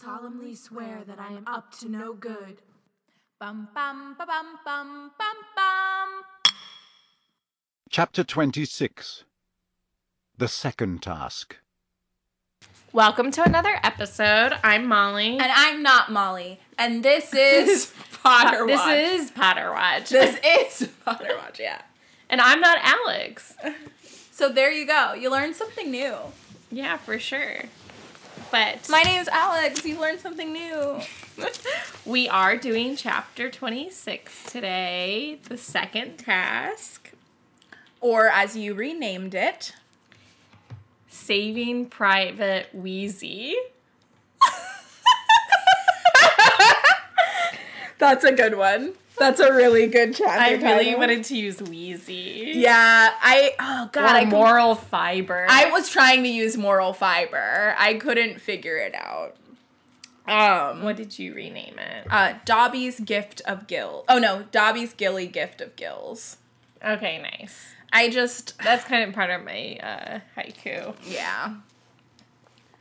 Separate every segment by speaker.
Speaker 1: solemnly swear that I am up to no good.
Speaker 2: Bum bum ba bum bum bum bum.
Speaker 3: Chapter 26 The Second Task.
Speaker 4: Welcome to another episode. I'm Molly.
Speaker 2: And I'm not Molly. And this is Potter
Speaker 4: this
Speaker 2: Watch.
Speaker 4: is Potter Watch.
Speaker 2: this is Potter Watch. Yeah.
Speaker 4: and I'm not Alex.
Speaker 2: So there you go. You learned something new.
Speaker 4: Yeah, for sure. But
Speaker 2: My name's Alex. You learned something new.
Speaker 4: we are doing chapter 26 today, the second task
Speaker 2: or as you renamed it.
Speaker 4: Saving Private Wheezy.
Speaker 2: That's a good one. That's a really good chapter.
Speaker 4: I really
Speaker 2: title.
Speaker 4: wanted to use Wheezy.
Speaker 2: Yeah, I. Oh God,
Speaker 4: Or
Speaker 2: I com-
Speaker 4: moral fiber.
Speaker 2: I was trying to use moral fiber. I couldn't figure it out. Um.
Speaker 4: what did you rename it?
Speaker 2: Uh, Dobby's gift of gill. Oh no, Dobby's gilly gift of gills.
Speaker 4: Okay, nice.
Speaker 2: I just
Speaker 4: That's kind of part of my uh, haiku.
Speaker 2: yeah.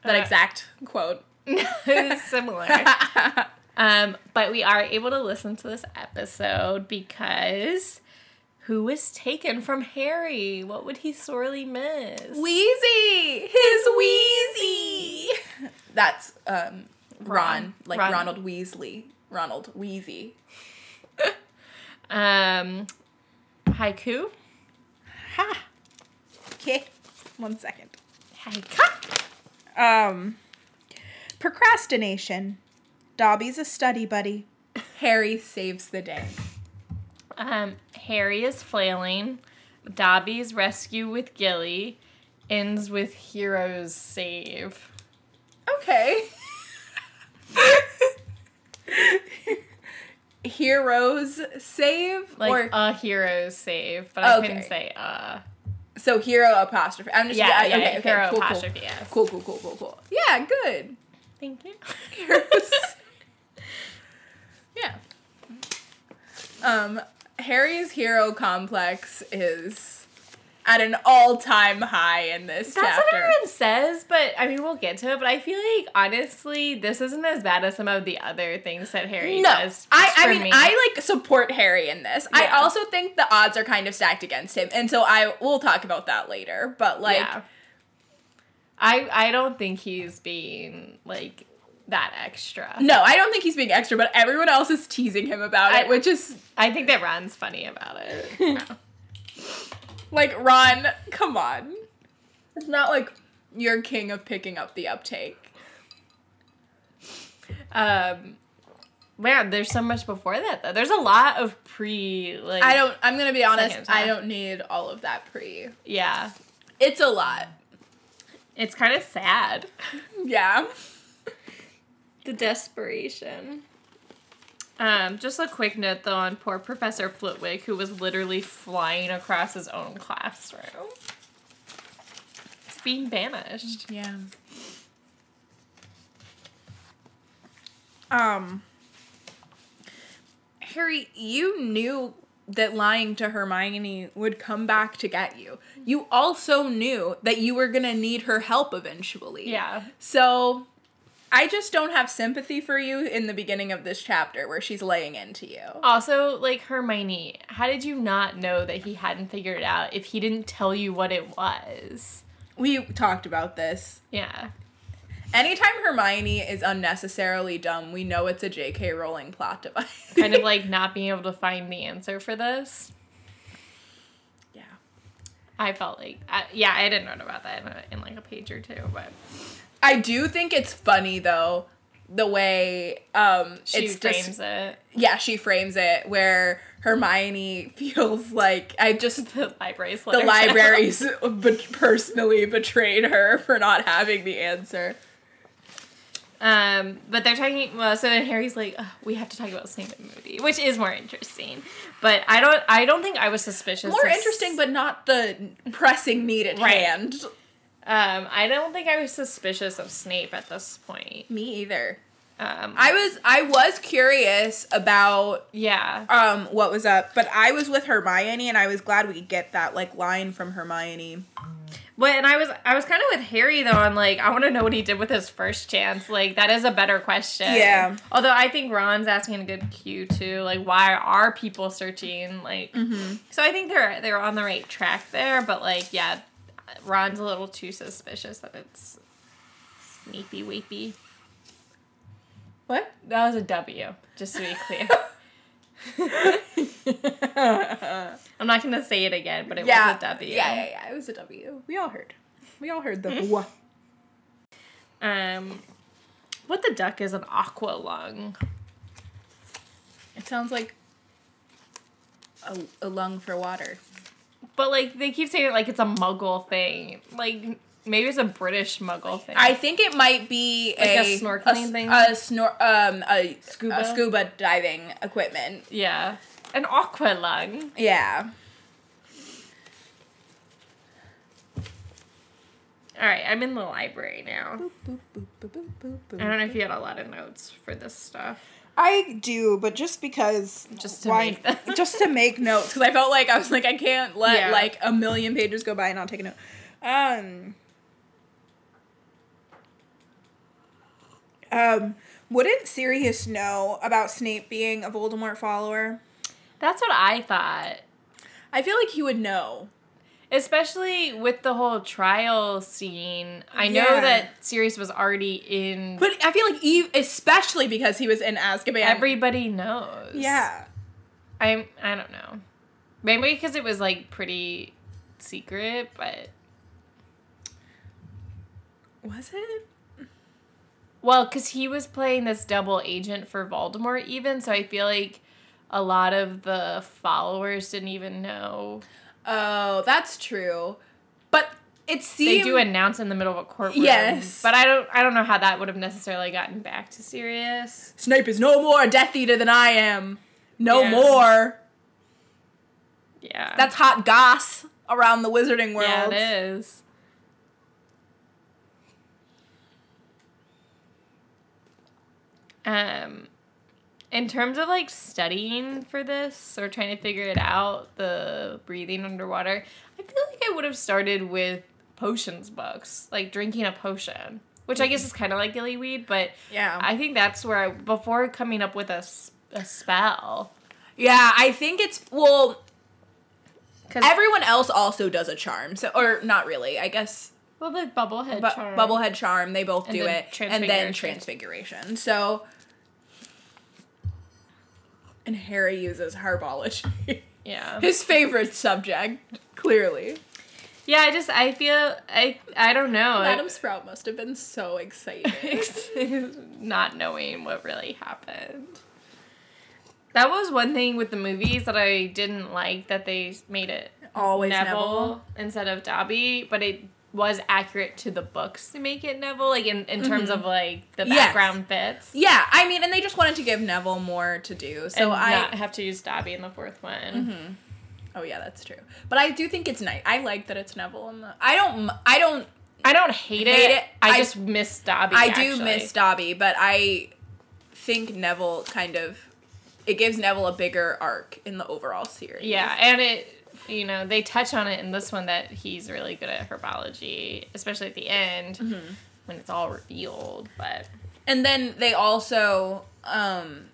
Speaker 2: That
Speaker 4: Uh,
Speaker 2: exact quote.
Speaker 4: Similar. Um, but we are able to listen to this episode because who was taken from Harry? What would he sorely miss?
Speaker 2: Wheezy, his Wheezy. That's um Ron, like
Speaker 4: Ron.
Speaker 2: Ronald Weasley. Ronald Wheezy.
Speaker 4: um, haiku.
Speaker 2: Ha. Okay. One second.
Speaker 4: Haika.
Speaker 5: Um, procrastination. Dobby's a study buddy.
Speaker 2: Harry saves the day.
Speaker 4: Um, Harry is flailing. Dobby's rescue with Gilly ends with heroes save.
Speaker 2: Okay. Heroes save
Speaker 4: Like uh,
Speaker 2: or
Speaker 4: a hero's save, but I couldn't
Speaker 2: Okay.
Speaker 4: say uh.
Speaker 2: so hero apostrophe. I'm just
Speaker 4: Yeah, yeah,
Speaker 2: okay, okay,
Speaker 4: hero
Speaker 2: cool, cool.
Speaker 4: apostrophe S.
Speaker 2: Cool, cool, cool, cool, cool. Yeah, good.
Speaker 4: Thank you.
Speaker 2: yeah. Um, Harry's hero complex is at an all-time high in this
Speaker 4: That's
Speaker 2: chapter.
Speaker 4: what everyone says, but I mean, we'll get to it. But I feel like honestly, this isn't as bad as some of the other things that Harry
Speaker 2: no,
Speaker 4: does.
Speaker 2: I, I
Speaker 4: for
Speaker 2: mean
Speaker 4: me.
Speaker 2: I like support Harry in this. I
Speaker 4: Yeah.
Speaker 2: also think the odds are kind of stacked against him, and so I we'll talk about that later. But like,
Speaker 4: Yeah. I I don't think he's being like that extra.
Speaker 2: no, I don't think he's being extra, but everyone else is teasing him about
Speaker 4: I-
Speaker 2: it, which is
Speaker 4: I think that Ron's funny about it.
Speaker 2: Like Ron, come on. It's not like you're king of picking up the uptake.
Speaker 4: um, man, there's so much before that though. There's a lot of pre like
Speaker 2: I don't I'm gonna be honest,
Speaker 4: Second time.
Speaker 2: I don't need all of that pre.
Speaker 4: Yeah,
Speaker 2: It's a lot.
Speaker 4: it's kind of sad.
Speaker 2: Yeah.
Speaker 4: The desperation. Um, just a quick note though on poor Professor Flitwick, who was literally flying across his own classroom. It's being banished.
Speaker 2: Yeah.
Speaker 5: Um,
Speaker 2: Harry, you knew that lying to Hermione would come back to get you. You also knew that you were gonna need her help eventually.
Speaker 4: Yeah.
Speaker 2: So I just don't have sympathy for you in the beginning of this chapter where she's laying into you.
Speaker 4: Also, like Hermione, how did you not know that he hadn't figured it out if he didn't tell you what it was?
Speaker 2: We talked about this.
Speaker 4: Yeah.
Speaker 2: Anytime Hermione is unnecessarily dumb, we know it's a J.K. Rowling plot device.
Speaker 4: Kind of like not being able to find the answer for this.
Speaker 2: yeah.
Speaker 4: I felt like, I, yeah, I didn't know about that in, a, in like a page or two, but
Speaker 2: I do think it's funny though the way um
Speaker 4: she
Speaker 2: it's
Speaker 4: frames
Speaker 2: just
Speaker 4: it.
Speaker 2: yeah she frames it where Hermione feels like I just
Speaker 4: The library's
Speaker 2: the libraries be- personally betrayed her for not having the answer.
Speaker 4: Um, but they're talking. Well, so then Harry's like, "Ugh, we have to talk about Snape and Moody, which is more interesting. But I don't. I don't think I was suspicious.
Speaker 2: More
Speaker 4: of s-
Speaker 2: interesting, but not the pressing need at
Speaker 4: Right.
Speaker 2: hand.
Speaker 4: um, I don't think I was suspicious of Snape at this point.
Speaker 2: Me either.
Speaker 4: Um,
Speaker 2: I was I was curious about
Speaker 4: yeah,
Speaker 5: um, what was up? But I was with Hermione, and I was glad we get that like line from Hermione.
Speaker 4: But and I was I was kind of with Harry though on like I want to know what he did with his first chance. Like that is a better question.
Speaker 5: Yeah.
Speaker 4: Although I think Ron's asking a good cue too. Like why are people searching? Like
Speaker 2: Mm-hmm.
Speaker 4: so I think they're they're on the right track there. But like yeah, Ron's a little too suspicious that it's sneaky weepy.
Speaker 2: What?
Speaker 4: That was a W. Just to be clear. I'm not gonna say it again, but it was a W.
Speaker 2: Yeah, yeah, yeah. It was a W. We all heard. We all heard the wha.
Speaker 4: Um, what the duck is an aqua lung?
Speaker 2: It sounds like a, a lung for water.
Speaker 4: But like they keep saying it like it's a Muggle thing. Like maybe it's a British Muggle thing.
Speaker 2: I think it might be
Speaker 4: Like a
Speaker 2: a,
Speaker 4: snorkeling
Speaker 2: a s-
Speaker 4: thing?
Speaker 2: a snor- um, a scuba,
Speaker 4: Scuba?
Speaker 2: a scuba diving equipment.
Speaker 4: yeah, an aqua lung.
Speaker 2: Yeah.
Speaker 4: All right, I'm in the library now.
Speaker 2: Boop, boop, boop, boop, boop, boop.
Speaker 4: I don't know if you had a lot of notes for this stuff.
Speaker 5: I do, but just because
Speaker 4: Just to make them.
Speaker 5: just to make notes.
Speaker 2: Because I felt like I was like I can't let
Speaker 4: Yeah.
Speaker 2: like a million pages go by and
Speaker 5: I'll take a note. Um, um, wouldn't Sirius know about Snape being a Voldemort follower?
Speaker 4: That's what I thought,
Speaker 2: I feel like he would know.
Speaker 4: especially with the whole trial scene. I know
Speaker 5: Yeah.
Speaker 4: that Sirius was already in.
Speaker 2: But I feel like Eve, especially because he was in Azkaban.
Speaker 4: Everybody knows.
Speaker 5: Yeah.
Speaker 4: I'm. I don't know. Maybe because it was like pretty secret, but
Speaker 5: Was it?
Speaker 4: Well, because he was playing this double agent for Voldemort, even so, I feel like a lot of the followers didn't even know.
Speaker 2: oh, that's true. But it
Speaker 4: They
Speaker 2: seemed
Speaker 4: do announce in the middle of a courtroom.
Speaker 2: Yes.
Speaker 4: but I don't. I don't know how that would have necessarily gotten back to Sirius.
Speaker 2: Snape is no more a Death Eater than I am. No
Speaker 4: Yeah.
Speaker 2: more.
Speaker 4: Yeah,
Speaker 2: That's hot goss around the wizarding world.
Speaker 4: yeah, it is. Um, in terms of like studying for this or trying to figure it out, the breathing underwater, I feel like I would have started with potions books, like drinking a potion, which I guess is kind of like gillyweed, but
Speaker 2: Yeah.
Speaker 4: I think that's where I before coming up with a, s- a spell.
Speaker 2: yeah, I think it's well,
Speaker 4: Cause
Speaker 2: everyone else also does a charm. So or not really, I guess
Speaker 4: well, the bubblehead
Speaker 2: but
Speaker 4: charm.
Speaker 2: bubblehead charm, they both
Speaker 4: And
Speaker 2: do
Speaker 4: then
Speaker 2: it. And then transfiguration. So and Harry uses herbology.
Speaker 4: yeah.
Speaker 2: His favorite subject, clearly.
Speaker 4: Yeah, I just I feel I I don't know.
Speaker 2: Madam Sprout must have been so excited.
Speaker 4: not knowing what really happened. That was one thing with the movies that I didn't like that they made it
Speaker 2: Always
Speaker 4: instead of Dobby, but it was accurate to the books to make it Neville, like in, in terms of like the
Speaker 2: Mm-hmm. Yes.
Speaker 4: background bits.
Speaker 2: Yeah, I mean, and they just wanted to give Neville more to do. So
Speaker 4: and
Speaker 2: I.
Speaker 4: not have to use Dobby in the fourth one.
Speaker 2: Oh yeah, that's true. But I do think it's nice. I like that it's Neville. In the, I don't. m- I don't.
Speaker 4: I don't hate,
Speaker 2: Hate
Speaker 4: it.
Speaker 2: it.
Speaker 4: I,
Speaker 2: I-
Speaker 4: just miss Dobby.
Speaker 2: I do
Speaker 4: actually.
Speaker 2: miss Dobby, but I think Neville kind of. It gives Neville a bigger arc in the overall series.
Speaker 4: Yeah, and it you know they touch on it in this one that he's really good at herbology, especially at the end when it's all revealed. But
Speaker 2: And then they also um,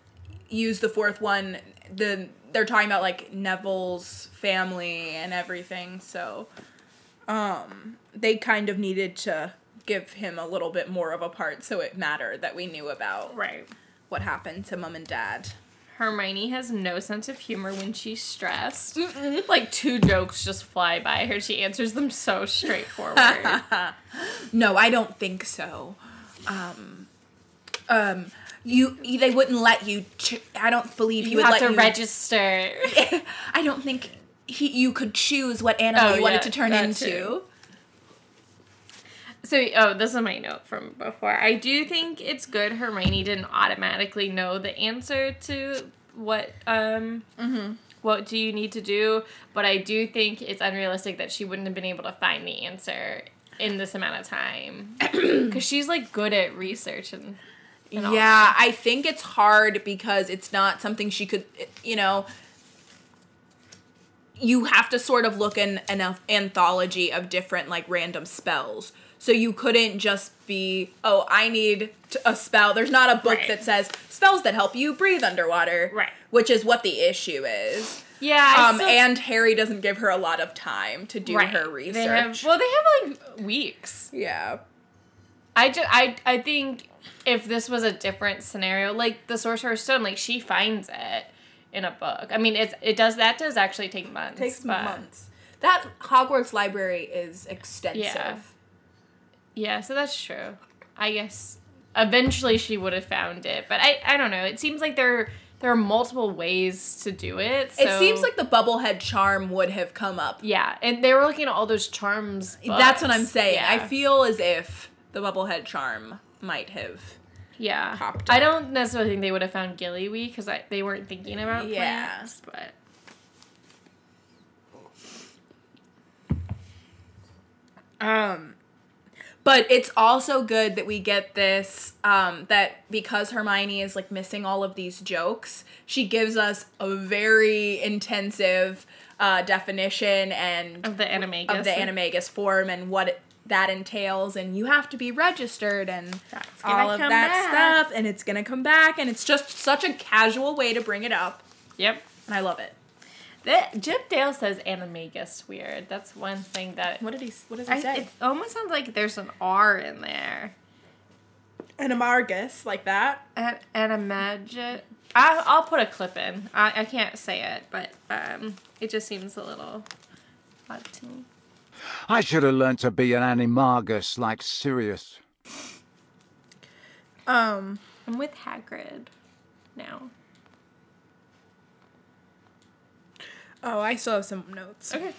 Speaker 2: use the fourth one. The they're talking about like Neville's family and everything. So um, they kind of needed to give him a little bit more of a part, so it mattered that we knew about
Speaker 4: right,
Speaker 2: what happened to mom and dad.
Speaker 4: Hermione has no sense of humor when she's stressed. Like two jokes just fly by her. She answers them so straightforward.
Speaker 2: No, I don't think so. Um, um, you, you- they wouldn't let you. Ch- I don't believe he
Speaker 4: you
Speaker 2: would
Speaker 4: have
Speaker 2: let
Speaker 4: to
Speaker 2: you.
Speaker 4: register.
Speaker 2: I don't think he, you could choose what animal
Speaker 4: Oh,
Speaker 2: you wanted
Speaker 4: yeah,
Speaker 2: to turn
Speaker 4: that
Speaker 2: into.
Speaker 4: too. So, oh, this is my note from before. I do think it's good Hermione didn't automatically know the answer to what um
Speaker 2: Mm-hmm.
Speaker 4: what do you need to do, but I do think it's unrealistic that she wouldn't have been able to find the answer in this amount of time because she's like good at research and, and all.
Speaker 2: Yeah, I think it's hard because it's not something she could, you know. you have to sort of look in an anthology of different like random spells. So you couldn't just be, oh, I need t- a spell. There's not a book
Speaker 4: Right.
Speaker 2: that says spells that help you breathe underwater,
Speaker 4: Right.
Speaker 2: Which is what the issue is.
Speaker 4: Yeah. I
Speaker 2: Um,
Speaker 4: still-
Speaker 2: and Harry doesn't give her a lot of time to do
Speaker 4: Right.
Speaker 2: her research.
Speaker 4: They have, well, they have like weeks.
Speaker 2: yeah,
Speaker 4: I just, I, I think if this was a different scenario, like the Sorcerer's Stone, like she finds it in a book. I mean, it's it does that does actually take months.
Speaker 2: takes
Speaker 4: but-
Speaker 2: months. That Hogwarts library is extensive.
Speaker 4: Yeah. Yeah, so that's true. I guess eventually she would have found it, but I, I don't know. It seems like there there are multiple ways to do it. So.
Speaker 2: It seems like the bubblehead charm would have come up.
Speaker 4: yeah, and they were looking at all those charms.
Speaker 2: That's
Speaker 4: books.
Speaker 2: what I'm saying.
Speaker 4: Yeah.
Speaker 2: I feel as if the bubblehead charm might have.
Speaker 4: yeah.
Speaker 2: popped
Speaker 4: I
Speaker 2: up.
Speaker 4: don't necessarily think they would have found Gillyweed because they weren't thinking about
Speaker 2: Yeah.
Speaker 4: plants, but
Speaker 2: Um but it's also good that we get this um that because Hermione is like missing all of these jokes, she gives us a very intensive uh definition and
Speaker 4: of the animagus
Speaker 2: of the animagus form and what it, that entails and you have to be registered and
Speaker 4: That's gonna
Speaker 2: all of
Speaker 4: come
Speaker 2: that
Speaker 4: back.
Speaker 2: stuff and it's going to come back and it's just such a casual way to bring it up
Speaker 4: Yep.
Speaker 2: and I love it.
Speaker 4: That Jip Dale says animagus weird. That's one thing that
Speaker 2: What did he what does he
Speaker 4: I,
Speaker 2: say?
Speaker 4: it almost sounds like there's an R in there.
Speaker 5: An amargus like that.
Speaker 4: and, and imagine I, i'll put a clip in I, I can't say it but um, it just seems a little odd to me
Speaker 3: I should have learnt to be an animagus like Sirius.
Speaker 5: Um,
Speaker 4: i'm with hagrid now
Speaker 5: oh, I still have some notes.
Speaker 4: okay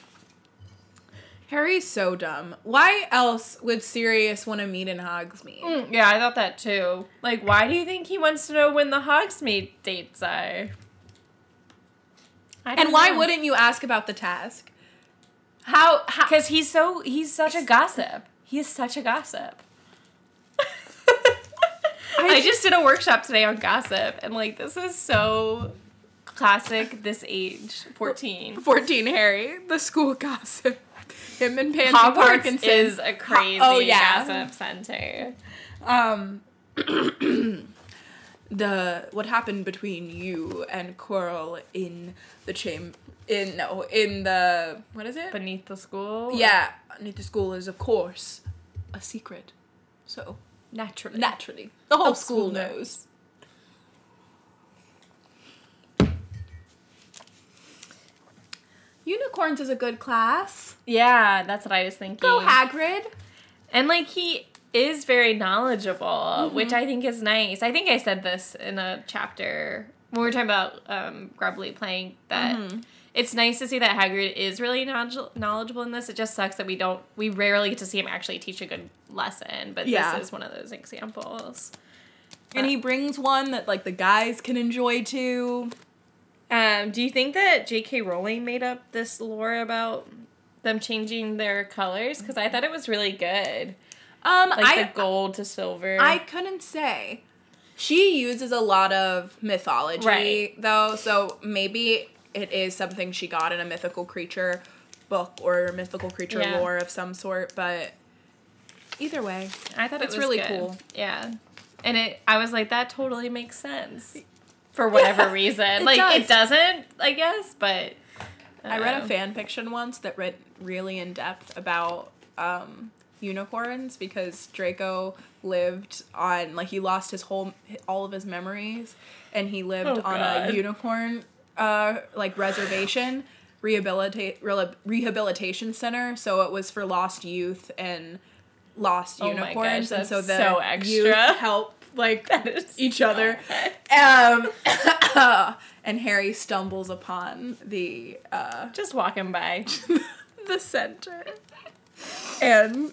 Speaker 2: Harry's so dumb. Why else would Sirius want to meet in Hogsmeade?
Speaker 4: Hmm, yeah i thought that too like why do you think he wants to know when the hogsmeade dates are I
Speaker 2: And
Speaker 5: Mm.
Speaker 2: why wouldn't you ask about the task? How? how
Speaker 4: because he's so he's such a gossip he is such a gossip I just did a workshop today on gossip, and like this is so classic this age, fourteen.
Speaker 2: 14 Harry, the school gossip. Him and Pansy
Speaker 4: Hogwarts
Speaker 2: Parkinson.
Speaker 4: is a crazy
Speaker 2: oh, yeah.
Speaker 4: gossip center.
Speaker 5: Um,
Speaker 2: the what happened between you and Coral in the chamber in no in the what is it?
Speaker 4: Beneath the school,
Speaker 2: yeah, underneath the school is of course a secret. So
Speaker 4: naturally.
Speaker 2: naturally, the whole school,
Speaker 4: school knows.
Speaker 2: knows. Unicorns is a good class.
Speaker 4: yeah, that's what I was thinking.
Speaker 2: Go Hagrid.
Speaker 4: And like he is very knowledgeable,
Speaker 2: Mm-hmm.
Speaker 4: which I think is nice. I think I said this in a chapter when we were talking about um, Grubbly playing that
Speaker 2: Mm-hmm.
Speaker 4: it's nice to see that Hagrid is really knowledge- knowledgeable in this. It just sucks that we don't, we rarely get to see him actually teach a good lesson, but
Speaker 2: Yeah.
Speaker 4: this is one of those examples.
Speaker 2: And he brings one that like the guys can enjoy too.
Speaker 4: Um, do you think that J.K. Rowling made up this lore about them changing their colors? Because I thought it was really good,
Speaker 2: Um,
Speaker 4: like
Speaker 2: I
Speaker 4: the gold to silver.
Speaker 2: I couldn't say. She uses a lot of mythology
Speaker 4: Right.
Speaker 2: though, so maybe it is something she got in a mythical creature book or mythical creature
Speaker 4: Yeah.
Speaker 2: lore of some sort. But either way,
Speaker 4: I thought
Speaker 2: It's
Speaker 4: it was
Speaker 2: really
Speaker 4: good.
Speaker 2: cool.
Speaker 4: Yeah, and it I was like that totally makes sense for whatever reason.
Speaker 2: it
Speaker 4: like
Speaker 2: does.
Speaker 4: it doesn't, I guess, but
Speaker 2: I read a
Speaker 4: uh,
Speaker 2: fan fiction once that read really in depth about um, unicorns because Draco lived on like he lost his whole all of his memories and he lived
Speaker 4: Oh,
Speaker 2: on a
Speaker 4: God.
Speaker 2: unicorn uh, like reservation rehabilitate rela- rehabilitation center so it was for lost youth and lost
Speaker 4: Oh my
Speaker 2: unicorns
Speaker 4: gosh,
Speaker 2: and so
Speaker 4: that's
Speaker 2: the
Speaker 4: so
Speaker 2: youth
Speaker 4: extra.
Speaker 2: help like
Speaker 4: is
Speaker 2: each
Speaker 4: so
Speaker 2: other
Speaker 4: bad.
Speaker 2: um, and Harry stumbles upon the uh,
Speaker 4: Just walking by.
Speaker 2: the center and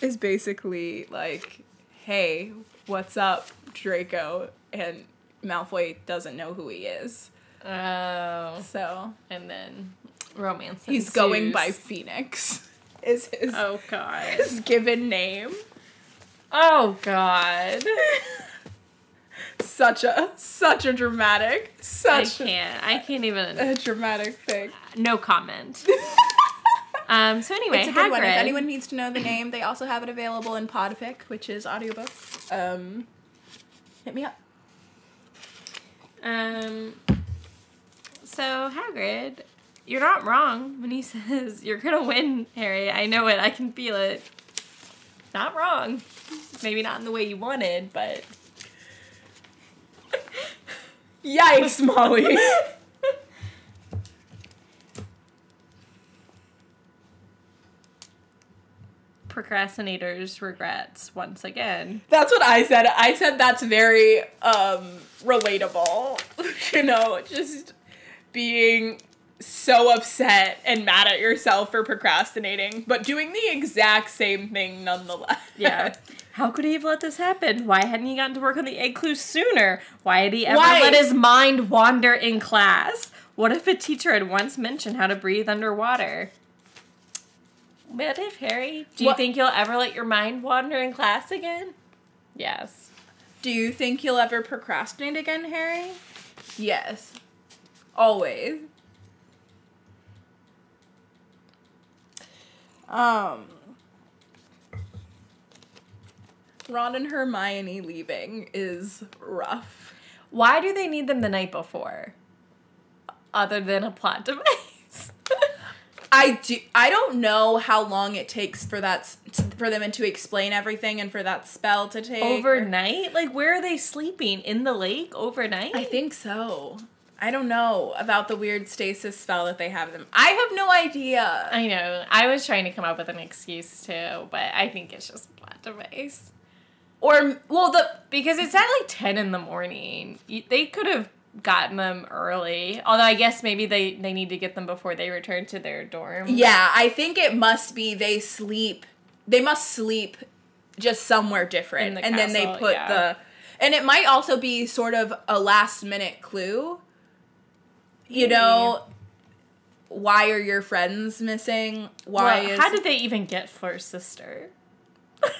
Speaker 2: is basically like, hey, what's up, Draco? And Malfoy doesn't know who he is.
Speaker 4: Oh,
Speaker 2: So
Speaker 4: and then romance.
Speaker 2: he's
Speaker 4: ensues.
Speaker 2: going by Phoenix, is his,
Speaker 4: Oh god.
Speaker 2: his given name.
Speaker 4: Oh god.
Speaker 2: such a such a dramatic,
Speaker 4: I
Speaker 2: such
Speaker 4: can't. I can't even.
Speaker 2: a dramatic thing.
Speaker 4: No comment. Um. So anyway,
Speaker 2: It's a good one. If
Speaker 4: Hagrid-
Speaker 2: anyone needs to know the name, they also have it available in Podpic, which is audiobook. Um, hit me up.
Speaker 4: Um. So Hagrid, you're not wrong when he says you're gonna win, Harry. I know it. I can feel it. Not wrong. Maybe not in the way you wanted, but
Speaker 2: Yikes, Molly.
Speaker 4: procrastinators regrets once again.
Speaker 2: That's what I said. I said that's very um relatable. you know, just being so upset and mad at yourself for procrastinating, but doing the exact same thing nonetheless.
Speaker 4: Yeah. How could he have let this happen? Why hadn't he gotten to work on the egg clue sooner? Why had he ever
Speaker 2: Why?
Speaker 4: let his mind wander in class? What if a teacher had once mentioned how to breathe underwater? What if, Harry? Do you
Speaker 2: What-
Speaker 4: think you'll ever let your mind wander in class again? Yes.
Speaker 2: Do you think you'll ever procrastinate again, Harry? Yes. Always.
Speaker 5: Um,
Speaker 2: Ron and Hermione leaving is rough.
Speaker 4: Why do they need them the night before? Other than a plot device.
Speaker 2: I do. I don't know how long it takes for that s- for them to explain everything and for that spell to take
Speaker 4: overnight? Like, where are they sleeping? In the lake overnight?
Speaker 2: I think so. I don't know about the weird stasis spell that they have them. I have no idea.
Speaker 4: I know. I was trying to come up with an excuse too, but I think it's just plot device.
Speaker 2: Or well, the
Speaker 4: Because it's at like 10 in the morning. You- They could have gotten them early. Although I guess maybe they, they need to get them before they return to their dorm.
Speaker 2: yeah, I think it must be they sleep. They must sleep just somewhere different,
Speaker 4: In the
Speaker 2: and then they
Speaker 4: castle,
Speaker 2: put
Speaker 4: yeah.
Speaker 2: the. And it might also be sort of a last minute clue. You know, why are your friends missing? Why
Speaker 4: Well,
Speaker 2: is
Speaker 4: how did they even get Fleur's sister?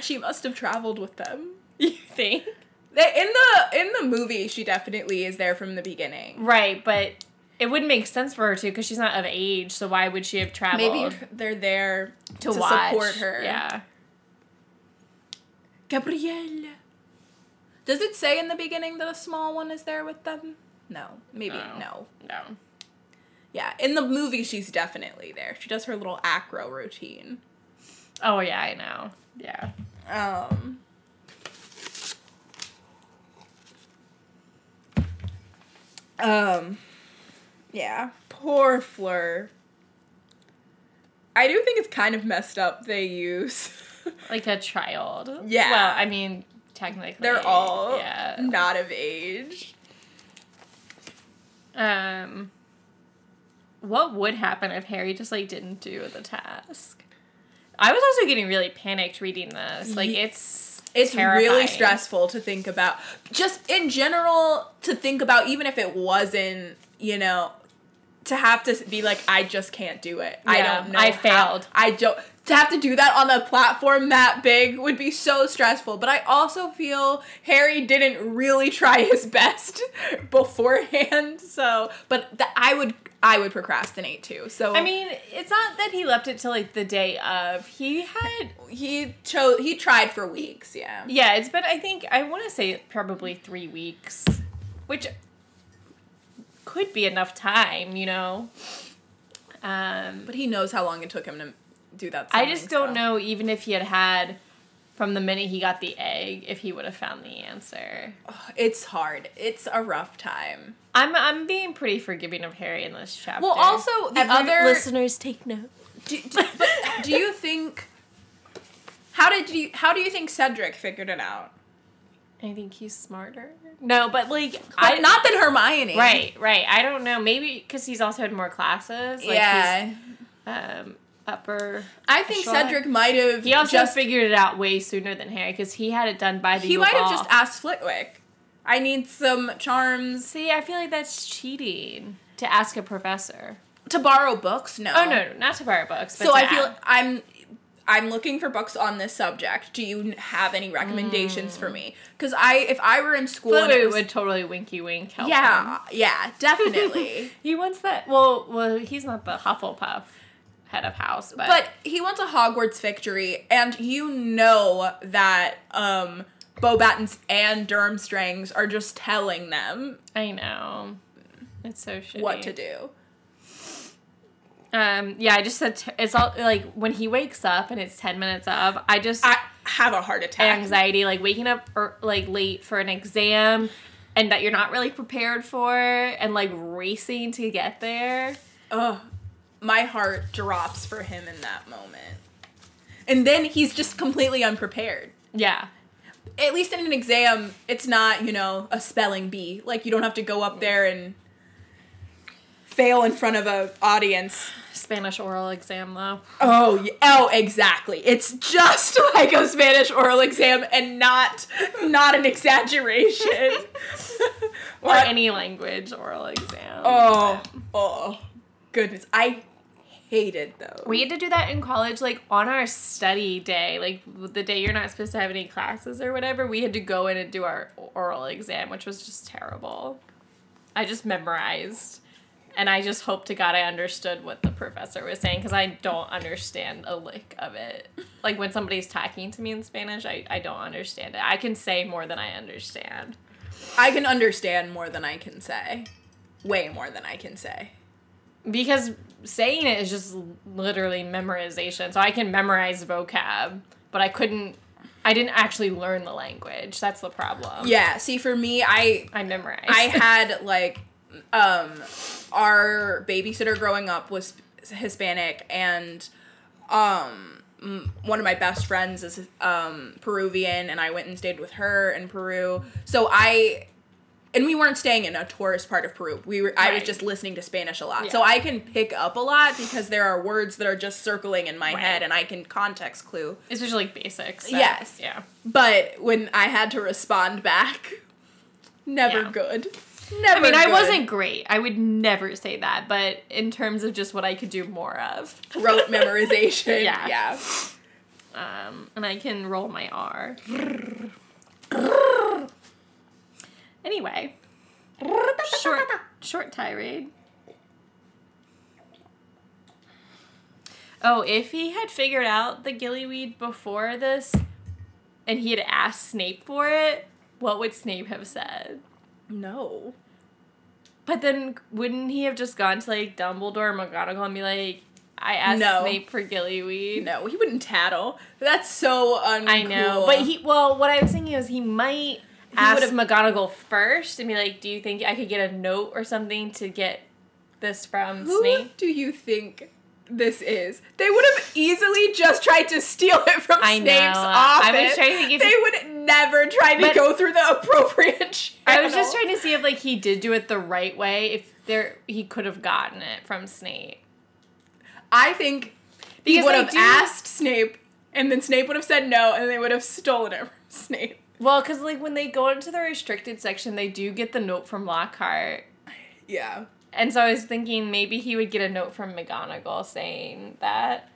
Speaker 2: she must have traveled with them?
Speaker 4: You think?
Speaker 2: They, in the in the movie, she definitely is there from the beginning.
Speaker 4: Right, but it wouldn't make sense for her to because she's not of age, so why would she have traveled
Speaker 2: Maybe they're there
Speaker 4: to,
Speaker 2: to,
Speaker 4: watch?
Speaker 2: support her.
Speaker 4: Yeah.
Speaker 2: Gabrielle. Does it say in the beginning that a small one is there with them? No. Maybe no.
Speaker 4: No.
Speaker 2: Yeah. In the movie, she's definitely there. She does her little acro routine.
Speaker 4: Oh, yeah, I know. Yeah.
Speaker 2: Um.
Speaker 5: um,
Speaker 2: Yeah. Poor Fleur. I do think it's kind of messed up they use.
Speaker 4: like a child.
Speaker 2: Yeah.
Speaker 4: Well, I mean, technically,
Speaker 2: They're all
Speaker 4: yeah.
Speaker 2: not of age.
Speaker 4: Um, what would happen if Harry just like didn't do the task? I was also getting really panicked reading this. Like
Speaker 2: Ye-
Speaker 4: it's
Speaker 2: It's really
Speaker 4: terrifying.
Speaker 2: stressful to think about. Just in general, to think about, even if it wasn't, you know, to have to be like, I just can't do it. I
Speaker 4: Yeah,
Speaker 2: don't know.
Speaker 4: I
Speaker 2: how-
Speaker 4: failed.
Speaker 2: I don't. To have to do that on a platform that big would be so stressful. But I also feel Harry didn't really try his best beforehand. So, but th- I would, I would procrastinate too. So
Speaker 4: I mean, it's not that he left it till like the day of. He had
Speaker 2: he chose. He tried for weeks. Yeah.
Speaker 4: yeah. It's been I think I want to say probably three weeks, which could be enough time. You know. Um,
Speaker 2: But he knows how long it took him to do that.
Speaker 4: I just
Speaker 2: summoning
Speaker 4: don't
Speaker 2: spell.
Speaker 4: know, even if he had had from the minute he got the egg, if he would have found the answer.
Speaker 2: It's hard. It's a rough time.
Speaker 4: I'm I'm being pretty forgiving of Harry in this chapter.
Speaker 2: Well, also the other.
Speaker 4: listeners take note.
Speaker 2: do, do, but do you think? How did you? How do you think Cedric figured it out?
Speaker 4: I think he's smarter. No, but like
Speaker 2: I,
Speaker 4: I
Speaker 2: not than Hermione.
Speaker 4: right, right. I don't know. Maybe because he's also had more classes. Like
Speaker 2: yeah.
Speaker 4: He's, um, upper.
Speaker 2: I think
Speaker 4: echelon.
Speaker 2: Cedric might have.
Speaker 4: He also
Speaker 2: just.
Speaker 4: figured it out way sooner than Harry because he had it done by the.
Speaker 2: He might have
Speaker 4: Yule
Speaker 2: just
Speaker 4: Ball.
Speaker 2: asked Flitwick. I need some charms
Speaker 4: See, I feel like that's cheating to ask a professor.
Speaker 2: to borrow books. No.
Speaker 4: Oh no, no, not to borrow books. But
Speaker 2: So
Speaker 4: to
Speaker 2: I feel
Speaker 4: ask.
Speaker 2: I'm. I'm looking for books on this subject. Do you n- have any recommendations for me? Because I, if I were in school, and it
Speaker 4: Fluid
Speaker 2: was-
Speaker 4: would totally winky wink help. him.
Speaker 2: yeah, yeah, definitely.
Speaker 4: He wants that. Well, well, he's not the Hufflepuff head of house, but,
Speaker 2: but he wants a Hogwarts victory, and you know that um, Bobatons and Durmstrangs are just telling them
Speaker 4: I know it's so shitty.
Speaker 2: what to do.
Speaker 4: Um, yeah, I just said t- it's all like when he wakes up and it's ten minutes up. I just
Speaker 2: I have a heart attack.
Speaker 4: anxiety, like waking up er, like late for an exam, and that you're not really prepared for, and like racing to get there.
Speaker 2: Ugh, my heart drops for him in that moment. And then he's just completely unprepared.
Speaker 4: Yeah,
Speaker 2: At least in an exam, it's not, you know, a spelling bee. Like you don't have to go up there and
Speaker 5: Fail in front of a audience.
Speaker 4: Spanish oral exam though.
Speaker 2: oh, y- oh, exactly. It's just like a Spanish oral exam and not not an exaggeration. Uh,
Speaker 4: or any language oral exam.
Speaker 2: oh, oh. Goodness. I hated those.
Speaker 4: We had to do that in college, like on our study day, like the day you're not supposed to have any classes or whatever. We had to go in and do our oral exam, which was just terrible. I just memorized, and I just hope to God I understood what the professor was saying because I don't understand a lick of it. Like when somebody's talking to me in Spanish, I, I don't understand it. I can say more than I understand.
Speaker 2: I can understand more than I can say. Way more than I can say.
Speaker 4: because saying it is just literally memorization. So I can memorize vocab, but I couldn't. I didn't actually learn the language. That's the problem.
Speaker 2: Yeah, see for me I
Speaker 4: I memorized.
Speaker 2: I had like um our babysitter growing up was Hispanic and um m- one of my best friends is um Peruvian and I went and stayed with her in Peru. So I and we weren't staying in a tourist part of Peru. We were I was
Speaker 4: Right.
Speaker 2: just listening to Spanish a lot. So
Speaker 4: Yeah.
Speaker 2: I can pick up a lot because there are words that are just circling in my
Speaker 4: Right.
Speaker 2: head and I can context clue.
Speaker 4: especially like basics. so-
Speaker 2: Yes.
Speaker 4: Yeah.
Speaker 2: But when I had to respond back, never
Speaker 4: Yeah.
Speaker 2: good. Never
Speaker 4: I mean, I
Speaker 2: good.
Speaker 4: wasn't great. I would never say that, but in terms of just what I could do more of,
Speaker 2: rote memorization.
Speaker 4: Yeah.
Speaker 2: Yeah.
Speaker 4: um, and I can roll my R. anyway, short short tirade. Oh, if he had figured out the gillyweed before this, and he had asked Snape for it, what would Snape have said?
Speaker 2: No.
Speaker 4: But then, wouldn't he have just gone to like Dumbledore or McGonagall and be like, "I asked
Speaker 2: No.
Speaker 4: Snape for gillyweed"?
Speaker 2: No, he wouldn't tattle. That's so uncool.
Speaker 4: I know, but he. Well, what I was thinking was he might ask
Speaker 2: would've-
Speaker 4: McGonagall first and be like, "Do you think I could get a note or something to get this from
Speaker 2: Who
Speaker 4: Snape?"
Speaker 2: do you think this is? They would have easily just tried to steal it from
Speaker 4: I know,
Speaker 2: Snape's office.
Speaker 4: I was trying to think if-
Speaker 2: they would never try to
Speaker 4: But-
Speaker 2: go through the appropriate.
Speaker 4: I was just
Speaker 2: channel.
Speaker 4: trying to see if like he did do it the right way. If there he could have gotten it from Snape.
Speaker 2: I think he
Speaker 4: Because
Speaker 2: would
Speaker 4: they
Speaker 2: have
Speaker 4: do-
Speaker 2: asked Snape, and then Snape would have said no, and they would have stolen it from Snape.
Speaker 4: Well, because like when they go into the restricted section, they do get the note from Lockhart.
Speaker 2: Yeah.
Speaker 4: And so I was thinking maybe he would get a note from McGonagall saying that.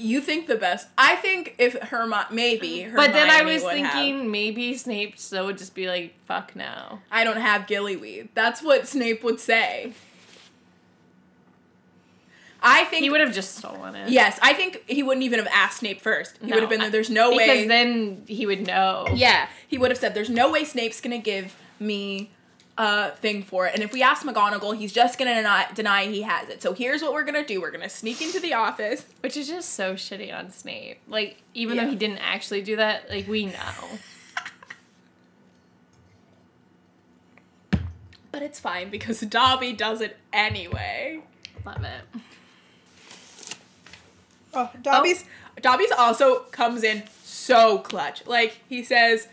Speaker 2: You think the best. I think if Hermione, maybe. Hermione
Speaker 4: But then I was
Speaker 2: would have.
Speaker 4: thinking maybe Snape so would just be like, fuck no.
Speaker 2: I don't have gillyweed. That's what Snape would say. I think
Speaker 4: He would have just stolen it.
Speaker 2: Yes, I think he wouldn't even have asked Snape first. He
Speaker 4: No,
Speaker 2: would have been there. There's no
Speaker 4: because
Speaker 2: way.
Speaker 4: then he would know.
Speaker 2: yeah, he would have said, "There's no way Snape's gonna give me a thing for it." And if we ask McGonagall, he's just gonna not deny he has it. So here's what we're gonna do: we're gonna sneak into the office.
Speaker 4: Which is just so shitty on Snape. Like, even
Speaker 2: Yeah.
Speaker 4: though he didn't actually do that, like, we know.
Speaker 2: But it's fine because Dobby does it anyway.
Speaker 4: Love it.
Speaker 5: Oh, Dobby's.
Speaker 2: Dobby's also comes in so clutch. Like he says,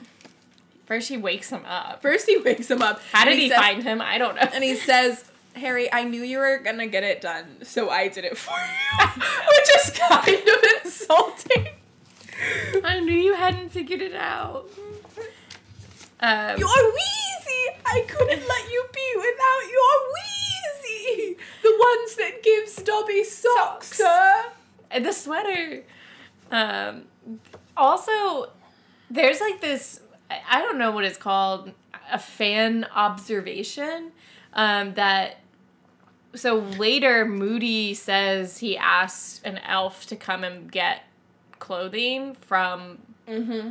Speaker 4: First, he wakes him up.
Speaker 2: first he wakes him up.
Speaker 4: How
Speaker 2: and
Speaker 4: did he,
Speaker 2: says-
Speaker 4: find him? I don't know.
Speaker 2: and he says, Harry, I knew you were gonna get it done, so I did it for you. Which is kind of insulting.
Speaker 4: I knew you hadn't figured it out. Um,
Speaker 2: You're wheezy! I couldn't let you be without your wheezy! The ones that gives Dobby socks, sir.
Speaker 4: And the sweater. Um, also, there's like this I I don't know what it's called a fan observation um, that so later Moody says he asks an elf to come and get clothing from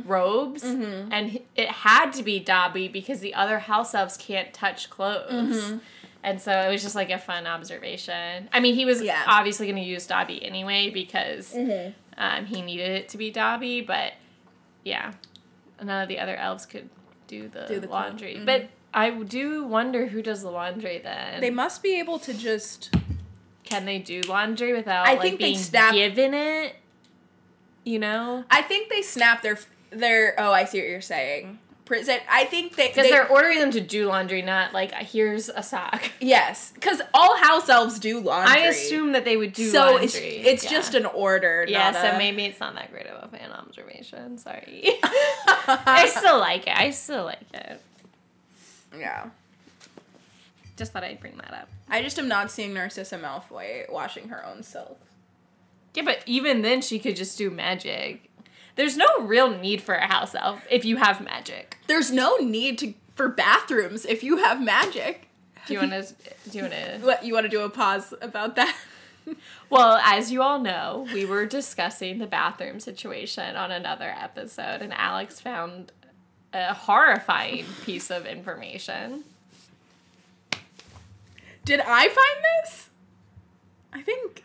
Speaker 4: robes and h- it had to be Dobby because the other house elves can't touch clothes. And so it was just like a fun observation. I mean, he was
Speaker 2: Yeah.
Speaker 4: obviously going to use Dobby anyway because um, he needed it to be Dobby, but yeah, none of the other elves could do the,
Speaker 2: Do the Mm-hmm. clo-
Speaker 4: laundry. But I do wonder who does the laundry then.
Speaker 5: They must be able to just.
Speaker 4: Can they do laundry without
Speaker 2: I
Speaker 4: like
Speaker 2: think they
Speaker 4: being
Speaker 2: snap-
Speaker 4: given it? You know,
Speaker 2: I think they snap their their. Oh, I see what you're saying. Prison. I think they
Speaker 4: because
Speaker 2: they-
Speaker 4: they, are ordering them to do laundry, not like here's a sock.
Speaker 2: yes, because all house elves do laundry.
Speaker 4: I assume that they would do
Speaker 2: so.
Speaker 4: laundry.
Speaker 2: It's it's
Speaker 4: Yeah.
Speaker 2: just an order.
Speaker 4: yeah.
Speaker 2: not
Speaker 4: So
Speaker 2: a-
Speaker 4: maybe it's not that great of a fan observation. Sorry, I still like it. I still like it.
Speaker 2: yeah.
Speaker 4: Just thought I'd bring that up.
Speaker 2: I just am not seeing Narcissa Malfoy washing her own self.
Speaker 4: Yeah, but even then, she could just do magic. There's no real need for a house elf if you have magic.
Speaker 2: There's no need to for bathrooms if you have magic.
Speaker 4: Do you want to? Do you want to?
Speaker 2: What you want to do a pause about that?
Speaker 4: Well, as you all know, we were discussing the bathroom situation on another episode, and Alex found a horrifying piece of information.
Speaker 2: Did I find this? I think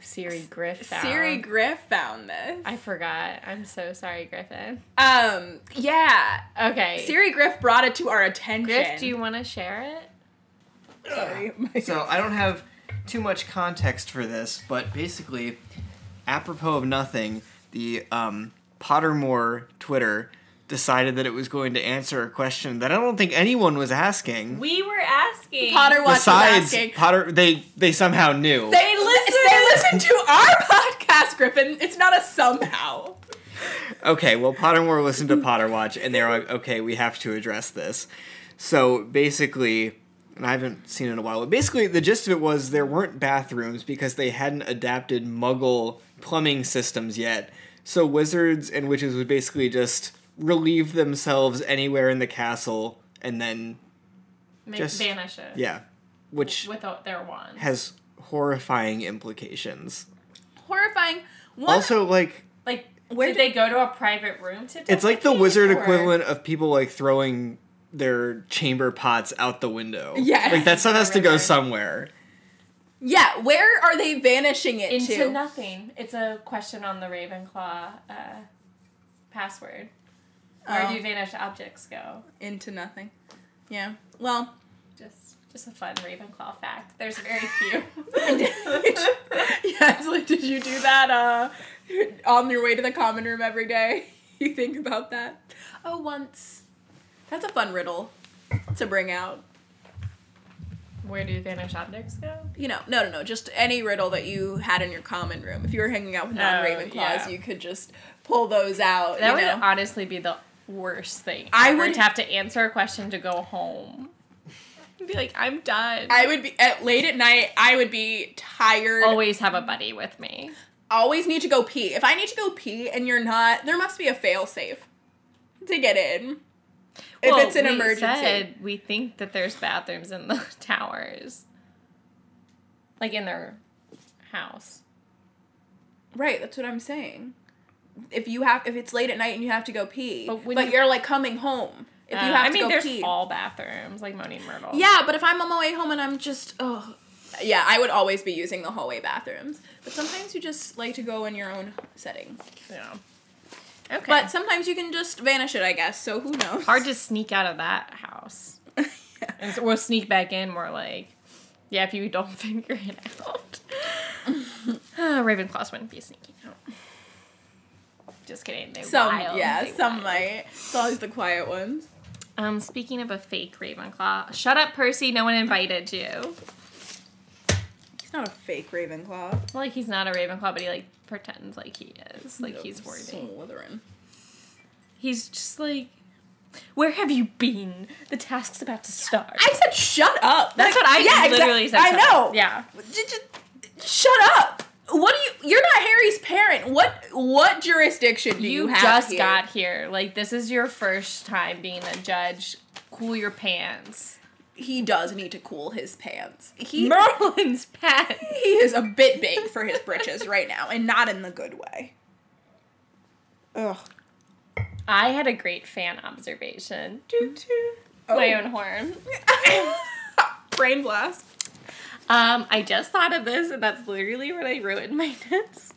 Speaker 4: Siri Griff. Found.
Speaker 2: Siri Griff found this.
Speaker 4: I forgot. I'm so sorry, Griffin.
Speaker 2: Um, yeah,
Speaker 4: Okay.
Speaker 2: Siri Griff brought it to our attention.
Speaker 4: Griff, do you want to share it?
Speaker 5: Sorry.
Speaker 6: So I don't have too much context for this, but basically, apropos of nothing, the um, Pottermore Twitter decided that it was going to answer a question that I don't think anyone was asking.
Speaker 4: We were asking.
Speaker 2: Potter watch was
Speaker 6: Besides,
Speaker 2: asking.
Speaker 6: Potter, they they somehow knew.
Speaker 2: They listen. They listen to our podcast, Griffin. It's not a somehow.
Speaker 6: okay, well, Pottermore listened to Potter Watch, and they're like, okay, we have to address this. So basically, and I haven't seen it in a while, but basically, the gist of it was there weren't bathrooms because they hadn't adapted Muggle plumbing systems yet. So wizards and witches would basically just relieve themselves anywhere in the castle, and then
Speaker 4: Ma-
Speaker 6: just-
Speaker 4: vanish it
Speaker 6: yeah, which
Speaker 4: with a- their wand.
Speaker 6: has horrifying implications.
Speaker 2: Horrifying. One,
Speaker 6: Also, like
Speaker 4: Like,
Speaker 2: Where
Speaker 4: did
Speaker 2: did-
Speaker 4: they go to a private room to?
Speaker 6: It's like the
Speaker 4: defecate,
Speaker 6: wizard
Speaker 4: or-
Speaker 6: equivalent of people like throwing their chamber pots out the window.
Speaker 2: Yes.
Speaker 6: Like that stuff has to go
Speaker 4: River.
Speaker 6: somewhere.
Speaker 2: yeah. Where are they vanishing it
Speaker 4: into
Speaker 2: to?
Speaker 4: nothing. It's a question on the Ravenclaw uh, password. Where
Speaker 2: Oh.
Speaker 4: do vanished objects go?
Speaker 2: into nothing. Yeah. Well,
Speaker 4: Just, just a fun Ravenclaw fact. There's very few.
Speaker 2: yeah. It's like, did you do that uh, on your way to the common room every day? You think about that? Oh, once. That's a fun riddle to bring out.
Speaker 4: Where do vanished objects go?
Speaker 2: You know, no, no, no. Just any riddle that you had in your common room. If you were hanging out with non-Ravenclaws,
Speaker 4: Oh, yeah.
Speaker 2: you could just pull those out.
Speaker 4: That
Speaker 2: you
Speaker 4: would
Speaker 2: know?
Speaker 4: honestly be the worst thing.
Speaker 2: I
Speaker 4: ever,
Speaker 2: would-
Speaker 4: to have to answer a question to go home. And Be like, I'm done.
Speaker 2: I would be at late at night. I would be tired. Always,
Speaker 4: always have a buddy with me.
Speaker 2: need to go pee. If I need to go pee and you're not, there must be a fail safe to get in. If
Speaker 4: Well,
Speaker 2: it's an
Speaker 4: we
Speaker 2: emergency,
Speaker 4: said we think that there's bathrooms in the towers, like in their house.
Speaker 2: right? That's what I'm saying. If you have, if it's late at night and you have to go pee, but,
Speaker 4: But when you-
Speaker 2: you, are like coming home, if
Speaker 4: Uh,
Speaker 2: you have
Speaker 4: I
Speaker 2: to
Speaker 4: mean,
Speaker 2: go
Speaker 4: there's
Speaker 2: pee,
Speaker 4: all bathrooms, like Moaning Myrtle.
Speaker 2: yeah. But if I'm on my way home and I'm just, oh, yeah, I would always be using the hallway bathrooms. But sometimes you just like to go in your own setting.
Speaker 4: Yeah. Okay.
Speaker 2: But sometimes you can just vanish it, I guess. So who knows?
Speaker 4: hard to sneak out of that house. And so we'll sneak back in more like, yeah, if you don't figure it out. uh, Ravenclaws wouldn't be sneaking out. Just kidding. They
Speaker 2: Some,
Speaker 4: wild.
Speaker 2: yeah,
Speaker 4: they
Speaker 2: some
Speaker 4: wild.
Speaker 2: might. It's always the quiet ones.
Speaker 4: Um, speaking of a fake Ravenclaw, shut up, Percy. No one invited you. Well,
Speaker 2: He's not a fake Ravenclaw.
Speaker 4: like he's not a Ravenclaw, but he like pretends like he is. Like he's worthy.
Speaker 2: Slytherin.
Speaker 4: He's just like, where have you been? The task's about to start.
Speaker 2: I said, shut up.
Speaker 4: That's
Speaker 2: Like,
Speaker 4: what I
Speaker 2: yeah, exa-
Speaker 4: literally said.
Speaker 2: I
Speaker 4: to him.
Speaker 2: know.
Speaker 4: Yeah.
Speaker 2: J- j- shut up.
Speaker 7: What do you? You're not Harry's parent. What what jurisdiction do you,
Speaker 4: you,
Speaker 7: have?
Speaker 4: just
Speaker 7: here?
Speaker 4: got here. Like this is your first time being a judge. Cool your pants.
Speaker 7: He does need to cool his pants. He
Speaker 4: Merlin's pants.
Speaker 2: He is a bit big for his britches right now, and not in the good way. Ugh.
Speaker 4: I had a great fan observation. Toot toot.
Speaker 2: Oh.
Speaker 4: My own horn.
Speaker 2: Brain blast.
Speaker 4: Um, I just thought of this, and that's literally what I wrote in my notes.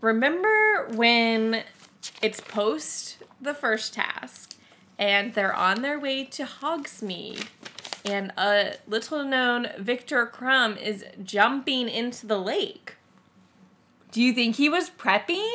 Speaker 4: Remember when it's post the first task, and they're on their way to Hogsmeade, and a little known Victor Crumb is jumping into the lake. Do you think he was prepping?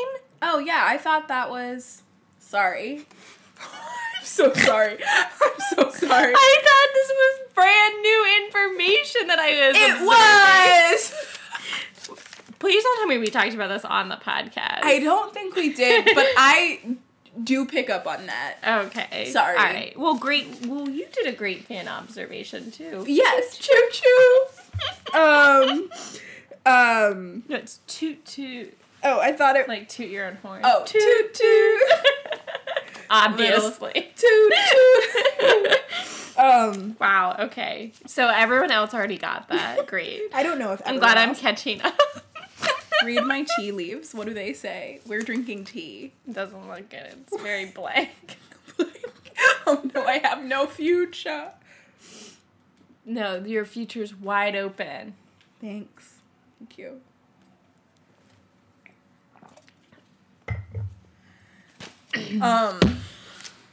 Speaker 7: Oh yeah, I thought that was. Sorry. I'm so sorry. I'm so sorry.
Speaker 4: I thought this was brand new information that I was.
Speaker 7: it
Speaker 4: absorbing.
Speaker 7: was.
Speaker 4: Please don't tell me we talked about this on the podcast.
Speaker 7: I don't think we did, but I do pick up on that.
Speaker 4: Okay.
Speaker 7: Sorry.
Speaker 4: All right. Well, great. Well, you did a great fan observation too.
Speaker 7: Yes, choo choo. Um.
Speaker 2: Um.
Speaker 4: No, it's toot toot,
Speaker 2: Oh, I thought it.
Speaker 4: like toot your own horn.
Speaker 7: Oh, toot toot.
Speaker 4: obviously.
Speaker 7: Toot toot.
Speaker 2: Um.
Speaker 4: Wow. Okay. So everyone else already got that. Great.
Speaker 2: I don't know if
Speaker 4: I'm
Speaker 2: everyone
Speaker 4: glad I'm
Speaker 2: else-
Speaker 4: catching up.
Speaker 7: Read my tea leaves. What do they say? We're drinking tea.
Speaker 4: Doesn't look good. It's very blank.
Speaker 7: oh no, I have no future.
Speaker 4: No, your future's wide open.
Speaker 2: Thanks. Thank you.
Speaker 7: Um.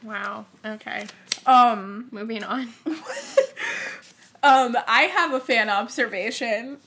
Speaker 4: Wow. Okay.
Speaker 2: Um.
Speaker 4: Moving on.
Speaker 2: Um, I have a fan observation.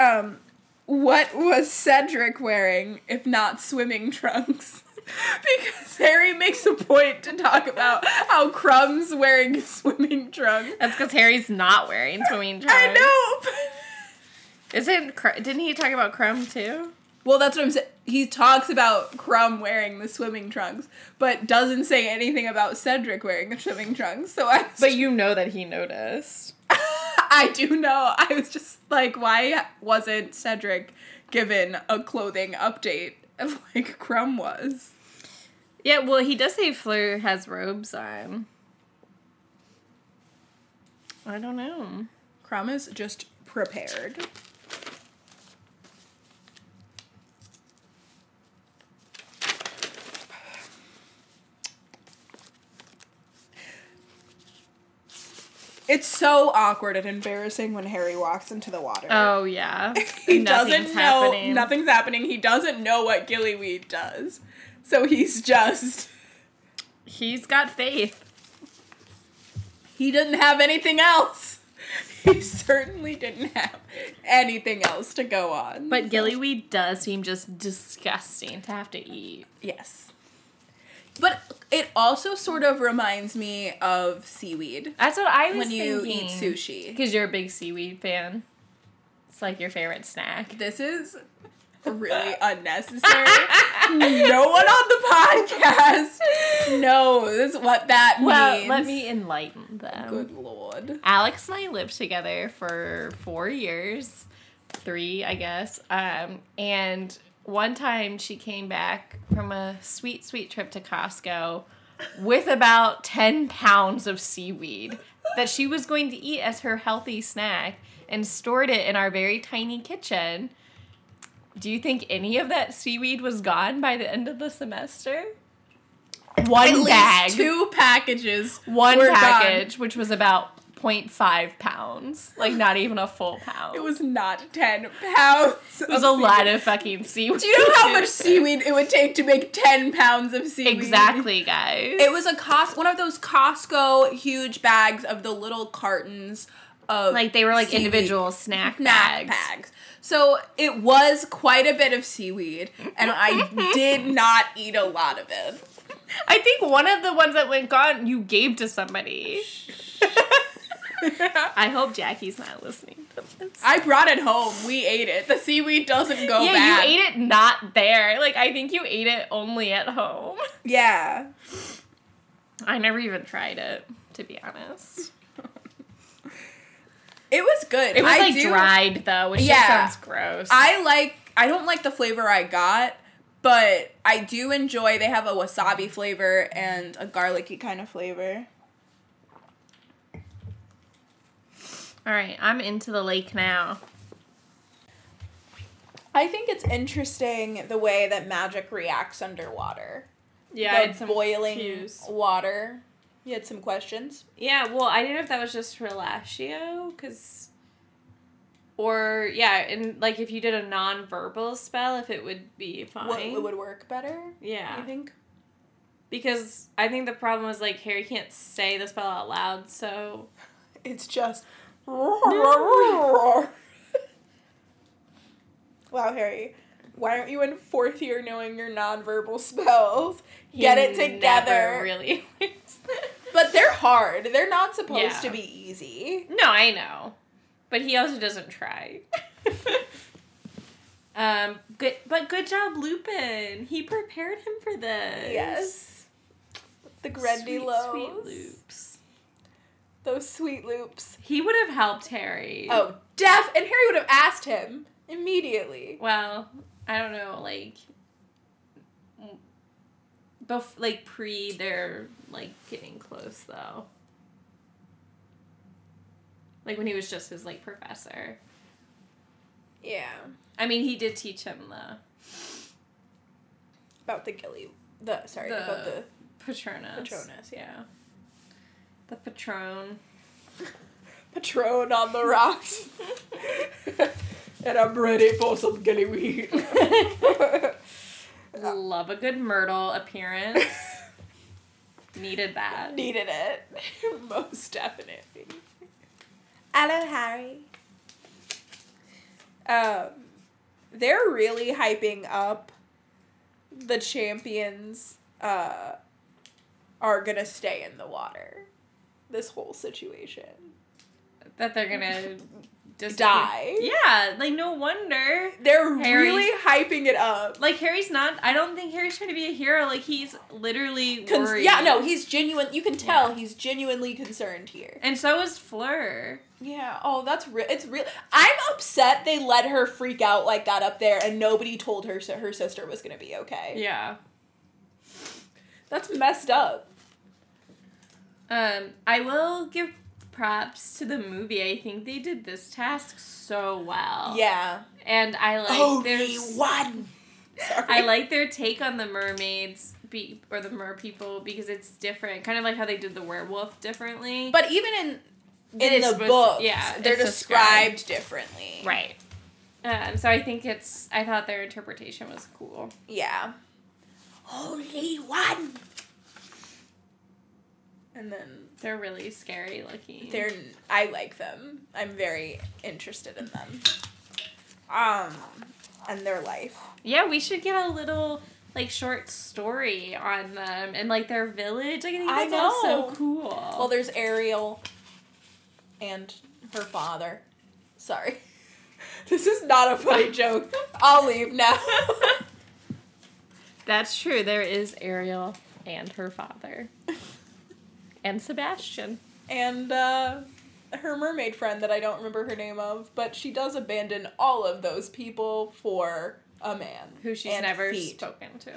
Speaker 2: Um, what was Cedric wearing if not swimming trunks? because Harry makes a point to talk about how Crumb's wearing swimming trunks.
Speaker 4: That's because Harry's not wearing swimming trunks.
Speaker 2: I know.
Speaker 4: Isn't Cr- didn't he talk about Crumb too?
Speaker 2: well, that's what I'm saying. He talks about Crumb wearing the swimming trunks, but doesn't say anything about Cedric wearing the swimming trunks. So I,
Speaker 4: But you know that he noticed.
Speaker 2: I do know. I was just like, why wasn't Cedric given a clothing update of like Crumb was?
Speaker 4: Yeah, well, he does say Fleur has robes on. I don't know.
Speaker 2: Crumb is just prepared. It's so awkward and embarrassing when Harry walks into the water.
Speaker 4: Oh yeah,
Speaker 2: he
Speaker 4: Nothing's
Speaker 2: doesn't know nothing's happening. He doesn't know what gillyweed does. So he's just
Speaker 4: He's got faith.
Speaker 2: he didn't have anything else. He certainly didn't have anything else to go on.
Speaker 4: But gillyweed does seem just disgusting to have to eat.
Speaker 2: yes.
Speaker 7: But it also sort of reminds me of seaweed
Speaker 4: That's what I was
Speaker 7: when you eat
Speaker 4: thinking.
Speaker 7: sushi.
Speaker 4: because you're a big seaweed fan. It's like your favorite snack.
Speaker 7: This is
Speaker 2: Really unnecessary. no one on the podcast knows what that
Speaker 4: Well,
Speaker 2: means.
Speaker 4: let me enlighten them.
Speaker 2: Good lord.
Speaker 4: Alex and I lived together for four years, three, I guess. Um, and one time she came back from a sweet, sweet trip to Costco with about 10 pounds of seaweed that she was going to eat as her healthy snack and stored it in our very tiny kitchen. Do you think any of that seaweed was gone by the end of the semester? One
Speaker 2: At
Speaker 4: bag
Speaker 2: least two packages.
Speaker 4: one
Speaker 2: were
Speaker 4: package, which was about 0.5 pounds, like not even a full pound.
Speaker 2: It was not 10 pounds.
Speaker 4: It was a lot of fucking seaweed.
Speaker 2: Do you know how much seaweed it would take to make 10 pounds of seaweed?
Speaker 4: Exactly, guys.
Speaker 7: it was a cost one of those Costco huge bags of the little cartons of
Speaker 4: like they were like
Speaker 7: seaweed
Speaker 4: individual snack,
Speaker 7: snack
Speaker 4: bags.
Speaker 7: bags.
Speaker 2: So it was quite a bit of seaweed, and I did not eat a lot of it.
Speaker 4: I think one of the ones that went gone you gave to somebody. I hope Jackie's not listening. to this.
Speaker 2: I brought it home. We ate it. The seaweed doesn't go
Speaker 4: yeah,
Speaker 2: bad.
Speaker 4: you ate it not there. Like I think you ate it only at home.
Speaker 2: Yeah.
Speaker 4: I never even tried it, to be honest.
Speaker 2: It was good.
Speaker 4: It was
Speaker 2: I
Speaker 4: like
Speaker 2: do,
Speaker 4: dried though, which
Speaker 2: Yeah.
Speaker 4: just sounds gross.
Speaker 2: I like I don't like the flavor I got, but I do enjoy they have a wasabi flavor and a garlicky kind of flavor.
Speaker 4: All right, I'm into the lake now.
Speaker 2: I think it's interesting the way that magic reacts underwater.
Speaker 4: Yeah,
Speaker 2: the boiling water. You had some questions.
Speaker 4: Yeah, well, I didn't know if that was just relatio, because, or yeah, and like if you did a non-verbal spell, if it would be fine.
Speaker 2: What it would work better?
Speaker 4: yeah,
Speaker 2: You think?
Speaker 4: because I think the problem was like Harry can't say the spell out loud, so
Speaker 2: It's just. wow, Harry. Why aren't you in fourth year knowing your nonverbal spells?
Speaker 4: he
Speaker 2: Get it
Speaker 4: never
Speaker 2: together.
Speaker 4: Really.
Speaker 2: But they're hard. They're not supposed
Speaker 4: Yeah.
Speaker 2: to be easy.
Speaker 4: No, I know. But he also doesn't try. um good but good job Lupin. He prepared him for this.
Speaker 2: Yes. The
Speaker 4: sweet,
Speaker 2: Grendilos.
Speaker 4: sweet loops.
Speaker 2: Those sweet loops.
Speaker 4: He would have helped Harry.
Speaker 2: Oh, deaf. And Harry would have asked him immediately.
Speaker 4: Well, I don't know, like bef- like pre they're like getting close though. Like when he was just his like professor.
Speaker 2: Yeah.
Speaker 4: I mean he did teach him the
Speaker 2: About the gilly. The, sorry,
Speaker 4: The-
Speaker 2: about the.
Speaker 4: Patronus.
Speaker 2: Patronus,
Speaker 4: yeah. The Patron.
Speaker 2: Patron on the rocks. and I'm ready for some gilly weed.
Speaker 4: Love a good Myrtle appearance. Needed that.
Speaker 2: Needed it. Most definitely. Hello, Harry. Um, they're really hyping up the champions uh, are gonna stay in the water. This whole situation.
Speaker 4: That they're gonna just
Speaker 2: Die.
Speaker 4: Yeah, like no wonder.
Speaker 2: They're
Speaker 4: Harry's-
Speaker 2: really hyping it up.
Speaker 4: Like Harry's not. I don't think Harry's trying to be a hero. Like he's literally
Speaker 2: Cons-
Speaker 4: worried.
Speaker 2: yeah, no, he's genuine. You can tell he's genuinely concerned here.
Speaker 4: And so is Fleur.
Speaker 2: Yeah. Oh, that's real. It's real. I'm upset they let her freak out like that up there, and nobody told her so her sister was gonna be okay.
Speaker 4: Yeah.
Speaker 2: That's messed up.
Speaker 4: Um, I will give props to the movie. I think they did this task so well.
Speaker 2: Yeah. Oh,
Speaker 4: And I like.
Speaker 2: Only
Speaker 4: there's-
Speaker 2: one. Sorry.
Speaker 4: I like their take on the mermaids be or the mer people because it's different, kind of like how they did the werewolf differently.
Speaker 2: But even in in
Speaker 4: is
Speaker 2: the
Speaker 4: supposed to-
Speaker 2: book,
Speaker 4: yeah,
Speaker 2: they're
Speaker 4: it's
Speaker 2: described differently.
Speaker 4: right. Um, so I think it's. I thought their interpretation was cool.
Speaker 2: Yeah. Only one. And then
Speaker 4: They're really scary looking.
Speaker 2: They're I like them. I'm very interested in them. Um and their life.
Speaker 4: yeah. We should get a little like short story on them and like their village. Like, I think
Speaker 2: I
Speaker 4: that's all
Speaker 2: know.
Speaker 4: so cool.
Speaker 2: Well, there's Ariel and her father. Sorry. This is not a funny joke. I'll leave now.
Speaker 4: that's true. There is Ariel and her father and Sebastian.
Speaker 2: and uh her mermaid friend that I don't remember her name of, but she does abandon all of those people for a man
Speaker 4: Who she's
Speaker 2: and
Speaker 4: never
Speaker 2: feet.
Speaker 4: spoken to.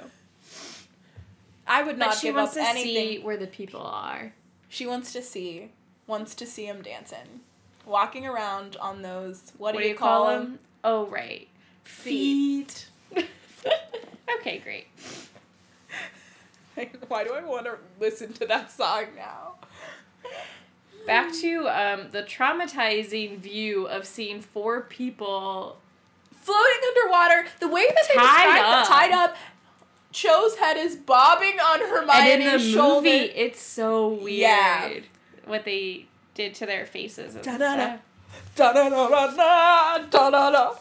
Speaker 2: I would
Speaker 4: But
Speaker 2: not
Speaker 4: she
Speaker 2: give
Speaker 4: wants
Speaker 2: up
Speaker 4: to
Speaker 2: anything.
Speaker 4: see where the people are.
Speaker 2: She wants to see, wants to see him dancing, walking around on those. What, do, you call, them?
Speaker 4: Oh, right.
Speaker 2: Feet.
Speaker 4: okay, great.
Speaker 2: Why do I want to listen to that song now?
Speaker 4: Back to um, the traumatizing view of seeing four people.
Speaker 2: Floating underwater, the way that they
Speaker 4: Tied
Speaker 2: described
Speaker 4: up.
Speaker 2: the tied up. Cho's head is bobbing on
Speaker 4: and in
Speaker 2: Hermione's
Speaker 4: the
Speaker 2: shoulder.
Speaker 4: movie, it's so weird
Speaker 2: Yeah.
Speaker 4: what they did to their faces. And
Speaker 2: Da-da-da.
Speaker 4: stuff.
Speaker 2: Da-da-da-da-da, da-da-da.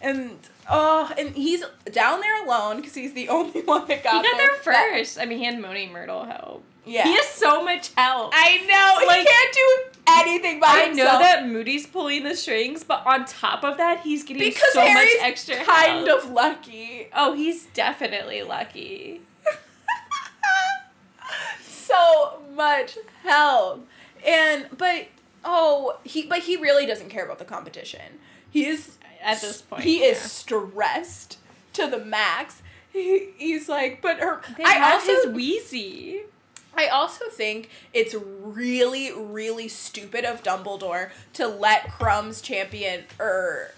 Speaker 2: And oh, and he's down there alone because he's the only one that
Speaker 4: He
Speaker 2: got,
Speaker 4: got there
Speaker 2: That-
Speaker 4: first. I mean, he had Moaning Myrtle help.
Speaker 2: yeah,
Speaker 4: He has so much help.
Speaker 2: I know
Speaker 4: Like-
Speaker 2: he can't do anything by
Speaker 4: I
Speaker 2: himself.
Speaker 4: know that Moody's pulling the strings, but on top of that, he's getting
Speaker 2: Because
Speaker 4: so
Speaker 2: Harry's
Speaker 4: much extra
Speaker 2: kind
Speaker 4: help.
Speaker 2: of lucky.
Speaker 4: Oh, he's definitely lucky.
Speaker 2: so much help. And but oh, he but he really doesn't care about the competition. He is
Speaker 4: at this point.
Speaker 2: he is
Speaker 4: yeah.
Speaker 2: stressed to the max. He, he's like, but her.
Speaker 4: They
Speaker 2: I
Speaker 4: have
Speaker 2: also
Speaker 4: his wheezy.
Speaker 2: I also think it's really, really stupid of Dumbledore to let Crumb's champion or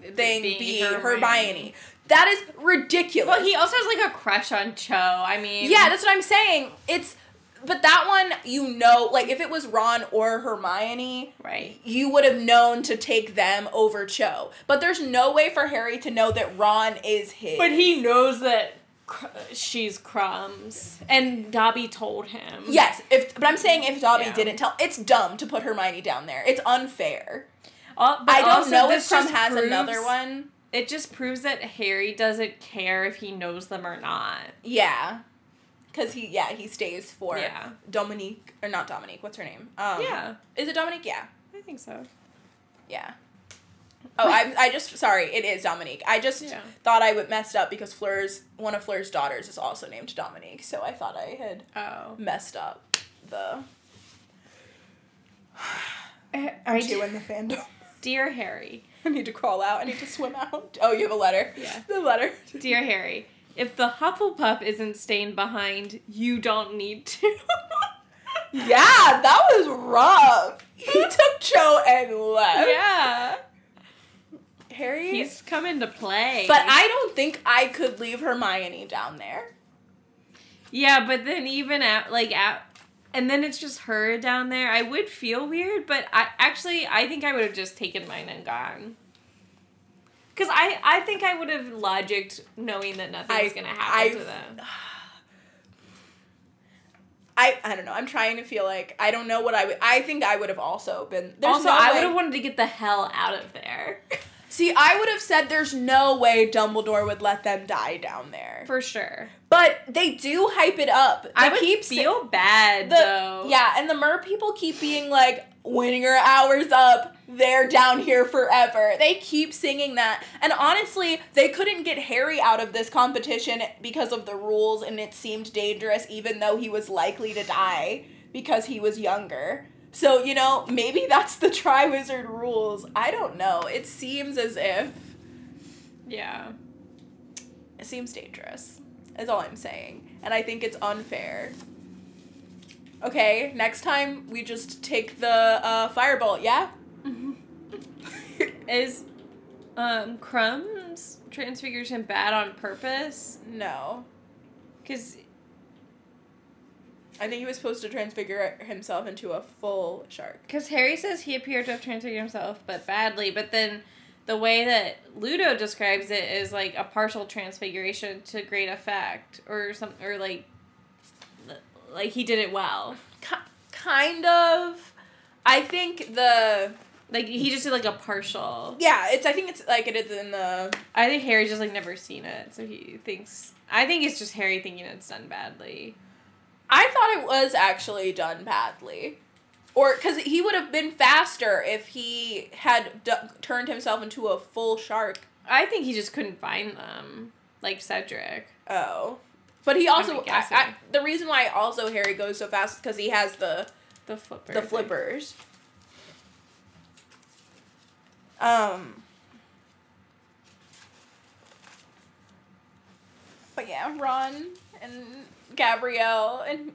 Speaker 2: thing
Speaker 4: Being
Speaker 2: be
Speaker 4: Hermione.
Speaker 2: Hermione. That is ridiculous.
Speaker 4: Well, he also has like a crush on Cho. I mean,
Speaker 2: yeah, that's what I'm saying. It's but that one you know, like if it was Ron or Hermione,
Speaker 4: right.
Speaker 2: you would have known to take them over Cho. But there's no way for Harry to know that Ron is his.
Speaker 4: But he knows that cr- she's crumbs, and Dobby told him.
Speaker 2: Yes, if but I'm saying if Dobby
Speaker 4: Yeah.
Speaker 2: didn't tell, it's dumb to put Hermione down there. It's unfair.
Speaker 4: Al- but
Speaker 2: I don't
Speaker 4: also
Speaker 2: know if
Speaker 4: this
Speaker 2: Crumb
Speaker 4: just
Speaker 2: has
Speaker 4: proves-
Speaker 2: another one.
Speaker 4: It just proves that Harry doesn't care if he knows them or not.
Speaker 2: Yeah. Cause he yeah, he stays for
Speaker 4: Yeah.
Speaker 2: Dominique or not Dominique, what's her name? Um
Speaker 4: Yeah.
Speaker 2: Is it Dominique? Yeah.
Speaker 4: I think so.
Speaker 2: Yeah. Oh, I, I just sorry, it is Dominique. I just
Speaker 4: Yeah.
Speaker 2: thought I would messed up because Fleur's one of Fleur's daughters is also named Dominique, so I thought I had
Speaker 4: Oh.
Speaker 2: messed up the
Speaker 4: Eh, I,
Speaker 2: two in the fandom.
Speaker 4: dear Harry.
Speaker 2: I need to crawl out. I need to swim out. Oh, you have a letter.
Speaker 4: Yeah.
Speaker 2: The letter.
Speaker 4: Dear Harry, if the Hufflepuff isn't staying behind, you don't need to.
Speaker 2: Yeah, that was rough. He took Cho and left.
Speaker 4: yeah.
Speaker 2: Harry.
Speaker 4: He's coming to play.
Speaker 2: but I don't think I could leave Hermione down there.
Speaker 4: Yeah, but then even at like at and then it's just her down there. I would feel weird, but I actually I think I would have just taken mine and gone. Cause I I think I would have logicked knowing that nothing was
Speaker 2: I-
Speaker 4: gonna happen
Speaker 2: I-
Speaker 4: to them.
Speaker 2: I, I don't know. I'm trying to feel like I don't know what I would. I think I would have also been. There's
Speaker 4: Also,
Speaker 2: no
Speaker 4: I
Speaker 2: way-
Speaker 4: would have wanted to get the hell out of there
Speaker 2: See, I would have said there's no way Dumbledore would let them die down there.
Speaker 4: for sure.
Speaker 2: But they do hype it up. They
Speaker 4: I would
Speaker 2: keep sa-
Speaker 4: feel bad
Speaker 2: the
Speaker 4: though.
Speaker 2: yeah, and the mer people keep being like, "When your hours up, they're down here forever." They keep singing that, and honestly, they couldn't get Harry out of this competition because of the rules, and it seemed dangerous, even though he was likely to die because he was younger. So you know, maybe that's the Triwizard rules. I don't know. It seems as if
Speaker 4: yeah.
Speaker 2: it seems dangerous. Is all I'm saying. And I think it's unfair. Okay, next time we just take the uh, firebolt, yeah? Mm-hmm.
Speaker 4: Is um crumbs transfiguration bad on purpose?
Speaker 2: No.
Speaker 4: Cause
Speaker 2: I think he was supposed to transfigure himself into a full shark.
Speaker 4: Because Harry says he appeared to have transfigured himself, but badly. But then the way that Ludo describes it is like a partial transfiguration to great effect, or something, or like, like he did it well.
Speaker 2: Ki kind of. I think the.
Speaker 4: Like he just did like a partial.
Speaker 2: Yeah, it's. I think it's like it is in the.
Speaker 4: I think Harry's just like never seen it, so he thinks. I think it's just Harry thinking it's done badly.
Speaker 2: I thought it was actually done badly. Or, because he would have been faster if he had d- turned himself into a full shark
Speaker 4: I think he just couldn't find them, like Cedric.
Speaker 2: Oh. But he also I,
Speaker 4: guessing.
Speaker 2: I, the reason why also Harry goes so fast is because he has the
Speaker 4: The flipper.
Speaker 2: the flippers. Um But yeah, Ron and Gabrielle and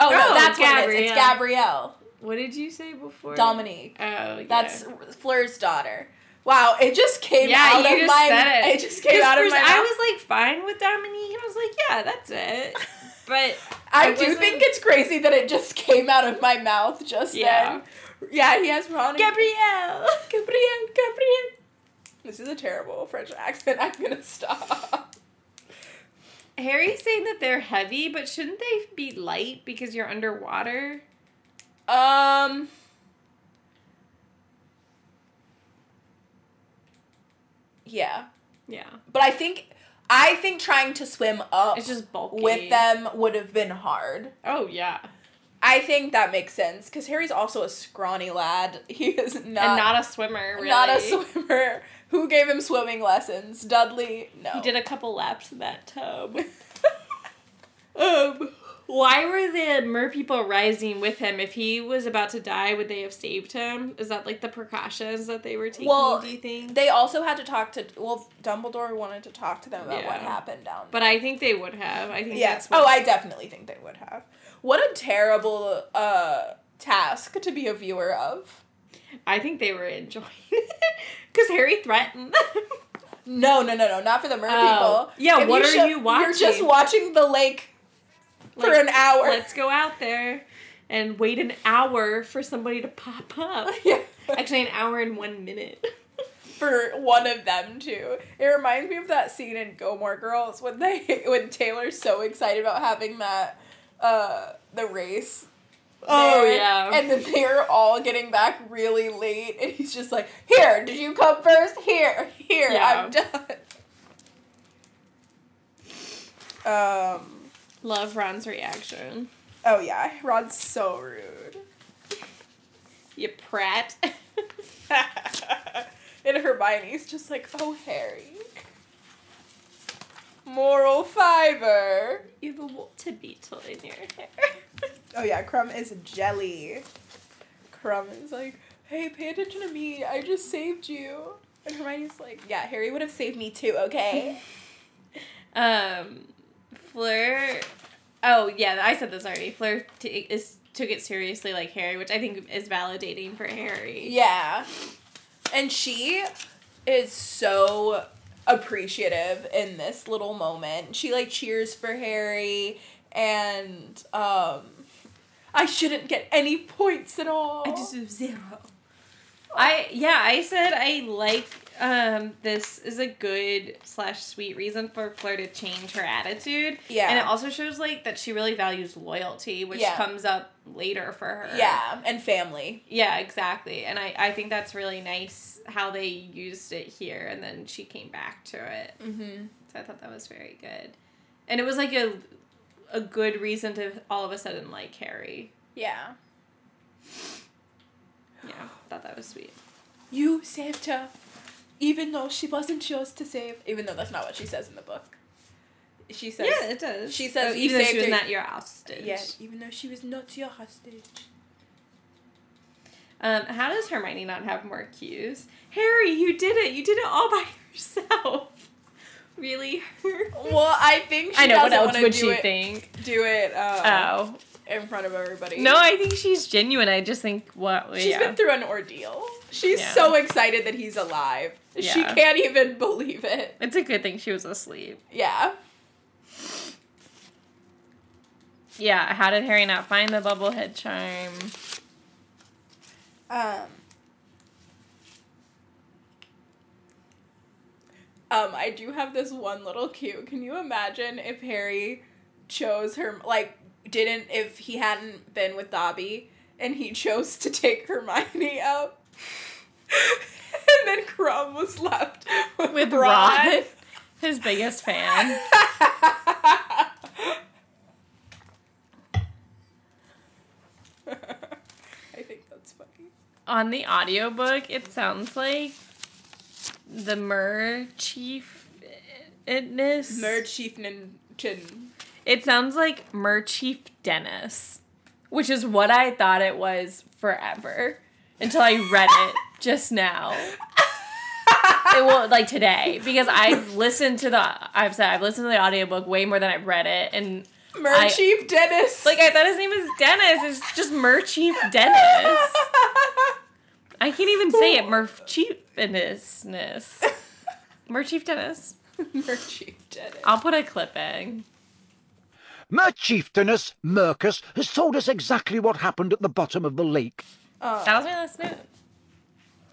Speaker 2: Oh,
Speaker 4: Oh,
Speaker 2: no, that's what it is.
Speaker 4: Gabrielle.
Speaker 2: It's Gabrielle.
Speaker 4: What did you say before?
Speaker 2: Dominique.
Speaker 4: Oh, yeah.
Speaker 2: That's Fleur's daughter. Wow, it just came out of my it. just came
Speaker 4: 'Cause
Speaker 2: out of
Speaker 4: first
Speaker 2: my mouth.
Speaker 4: I was like fine with Dominique, and I was like, yeah, that's it. But
Speaker 2: I,
Speaker 4: I
Speaker 2: do
Speaker 4: wasn't-
Speaker 2: think it's crazy that it just came out of my mouth just
Speaker 4: Yeah.
Speaker 2: then. Yeah, he has Ron. and-
Speaker 4: Gabrielle,
Speaker 2: Gabriel, Gabriel. This is a terrible French accent. I'm gonna stop.
Speaker 4: Harry's saying that they're heavy, but shouldn't they be light because you're underwater?
Speaker 2: Um. Yeah,
Speaker 4: Yeah,
Speaker 2: but I think I think trying to swim up
Speaker 4: it's just bulky.
Speaker 2: with them would have been hard.
Speaker 4: Oh yeah,
Speaker 2: I think that makes sense because Harry's also a scrawny lad. He is not
Speaker 4: and not a swimmer. Really.
Speaker 2: Not a swimmer. Who gave him swimming lessons? Dudley? No.
Speaker 4: He did a couple laps in that tub.
Speaker 2: um,
Speaker 4: Why were the mer people rising with him? If he was about to die, would they have saved him? Is that like the precautions that they were taking?
Speaker 2: Well,
Speaker 4: do you think?
Speaker 2: they also had to talk to. Well, Dumbledore wanted to talk to them about what
Speaker 4: Yeah.
Speaker 2: happened down.
Speaker 4: but I think they would have. I think
Speaker 2: yes.
Speaker 4: that's
Speaker 2: Oh, I
Speaker 4: what-
Speaker 2: definitely think they would have. What a terrible uh task to be a viewer of.
Speaker 4: I think they were enjoying it because Harry threatened them.
Speaker 2: No, no, no, no, not for the mer
Speaker 4: Oh.
Speaker 2: people.
Speaker 4: Yeah, what are
Speaker 2: sho-
Speaker 4: you
Speaker 2: You're just
Speaker 4: watching?
Speaker 2: watching the lake for
Speaker 4: Like,
Speaker 2: an hour.
Speaker 4: Let's go out there and wait an hour for somebody to pop up.
Speaker 2: Yeah.
Speaker 4: Actually, an hour and one minute.
Speaker 2: for one of them too. It reminds me of that scene in Gilmore Girls when they when Taylor's so excited about having that uh the race.
Speaker 4: Oh,
Speaker 2: there,
Speaker 4: yeah.
Speaker 2: And then they're all getting back really late and he's just like, Here, did you come first? Here, here, I'm done. Um
Speaker 4: Love Ron's reaction.
Speaker 2: oh yeah, Ron's so rude.
Speaker 4: You prat.
Speaker 2: and Hermione's just like, oh, Harry. Moral fiber.
Speaker 4: you have a water beetle in your hair.
Speaker 2: Oh, yeah, Crumb is jelly. Crumb is like, hey, pay attention to me. I just saved you. And Hermione's like, yeah, Harry would have saved me too, okay?
Speaker 4: Um, Fleur. Oh yeah, I said this already. Fleur t- is took it seriously like Harry, which I think is validating for Harry.
Speaker 2: yeah. And she is so appreciative in this little moment. She, like, cheers for Harry and, um,. I shouldn't get any points at all.
Speaker 4: I just have zero. I yeah, I said I like um this is a good slash sweet reason for Fleur to change her attitude.
Speaker 2: Yeah.
Speaker 4: And it also shows like that she really values loyalty, which
Speaker 2: Yeah.
Speaker 4: comes up later for her.
Speaker 2: Yeah, and family.
Speaker 4: Yeah, exactly. And I, I think that's really nice how they used it here and then she came back to it. Mm-hmm. So I thought that was very good. And it was like a a good reason to all of a sudden like Harry.
Speaker 2: Yeah.
Speaker 4: Yeah. I thought that was sweet.
Speaker 2: You saved her, even though she wasn't yours to save. Even though that's not what she says in the book. She says.
Speaker 4: Yeah, it does.
Speaker 2: She says you
Speaker 4: even though
Speaker 2: saved
Speaker 4: she was
Speaker 2: her-
Speaker 4: not your hostage.
Speaker 2: Yeah, even though she was not your hostage.
Speaker 4: Um, how does Hermione not have more cues? Harry, you did it. You did it all by yourself. really?
Speaker 2: Well, I think she
Speaker 4: I know. What
Speaker 2: doesn't
Speaker 4: else
Speaker 2: want to
Speaker 4: would
Speaker 2: do
Speaker 4: she
Speaker 2: it.
Speaker 4: think?
Speaker 2: Do it uh,
Speaker 4: Oh
Speaker 2: in front of everybody.
Speaker 4: no, I think she's genuine. I just think what?
Speaker 2: She's
Speaker 4: yeah.
Speaker 2: been through an ordeal. She's
Speaker 4: Yeah.
Speaker 2: so excited that he's alive. She
Speaker 4: Yeah.
Speaker 2: can't even believe it.
Speaker 4: It's a good thing she was asleep.
Speaker 2: Yeah.
Speaker 4: Yeah. How did Harry not find the bubblehead charm?
Speaker 2: Um. Um, I do have this one little cue. Can you imagine if Harry chose her, like, didn't, if he hadn't been with Dobby and he chose to take Hermione up? and then Crumb was left with,
Speaker 4: With
Speaker 2: Ron.
Speaker 4: Ron. His biggest fan.
Speaker 2: I think that's funny.
Speaker 4: On the audiobook, it sounds like the mer chief itness.
Speaker 2: Nerd Chief Ninja.
Speaker 4: It sounds like Mer Chief Dennis, which is what I thought it was forever until I read it just now. It will like today because I've listened to the I've said I've listened to the audiobook way more than I've read it and I-
Speaker 2: Mer Chief Dennis.
Speaker 4: like I thought his name was Dennis. It's just Mer Chief Dennis. I can't even say it. Mer Chief Dennisness. Mer Chief Dennis.
Speaker 2: Merchie did it.
Speaker 4: I'll put a clip in.
Speaker 3: Mer Chieftainess Mercus has told us exactly what happened at the bottom of the lake.
Speaker 4: That was my last note.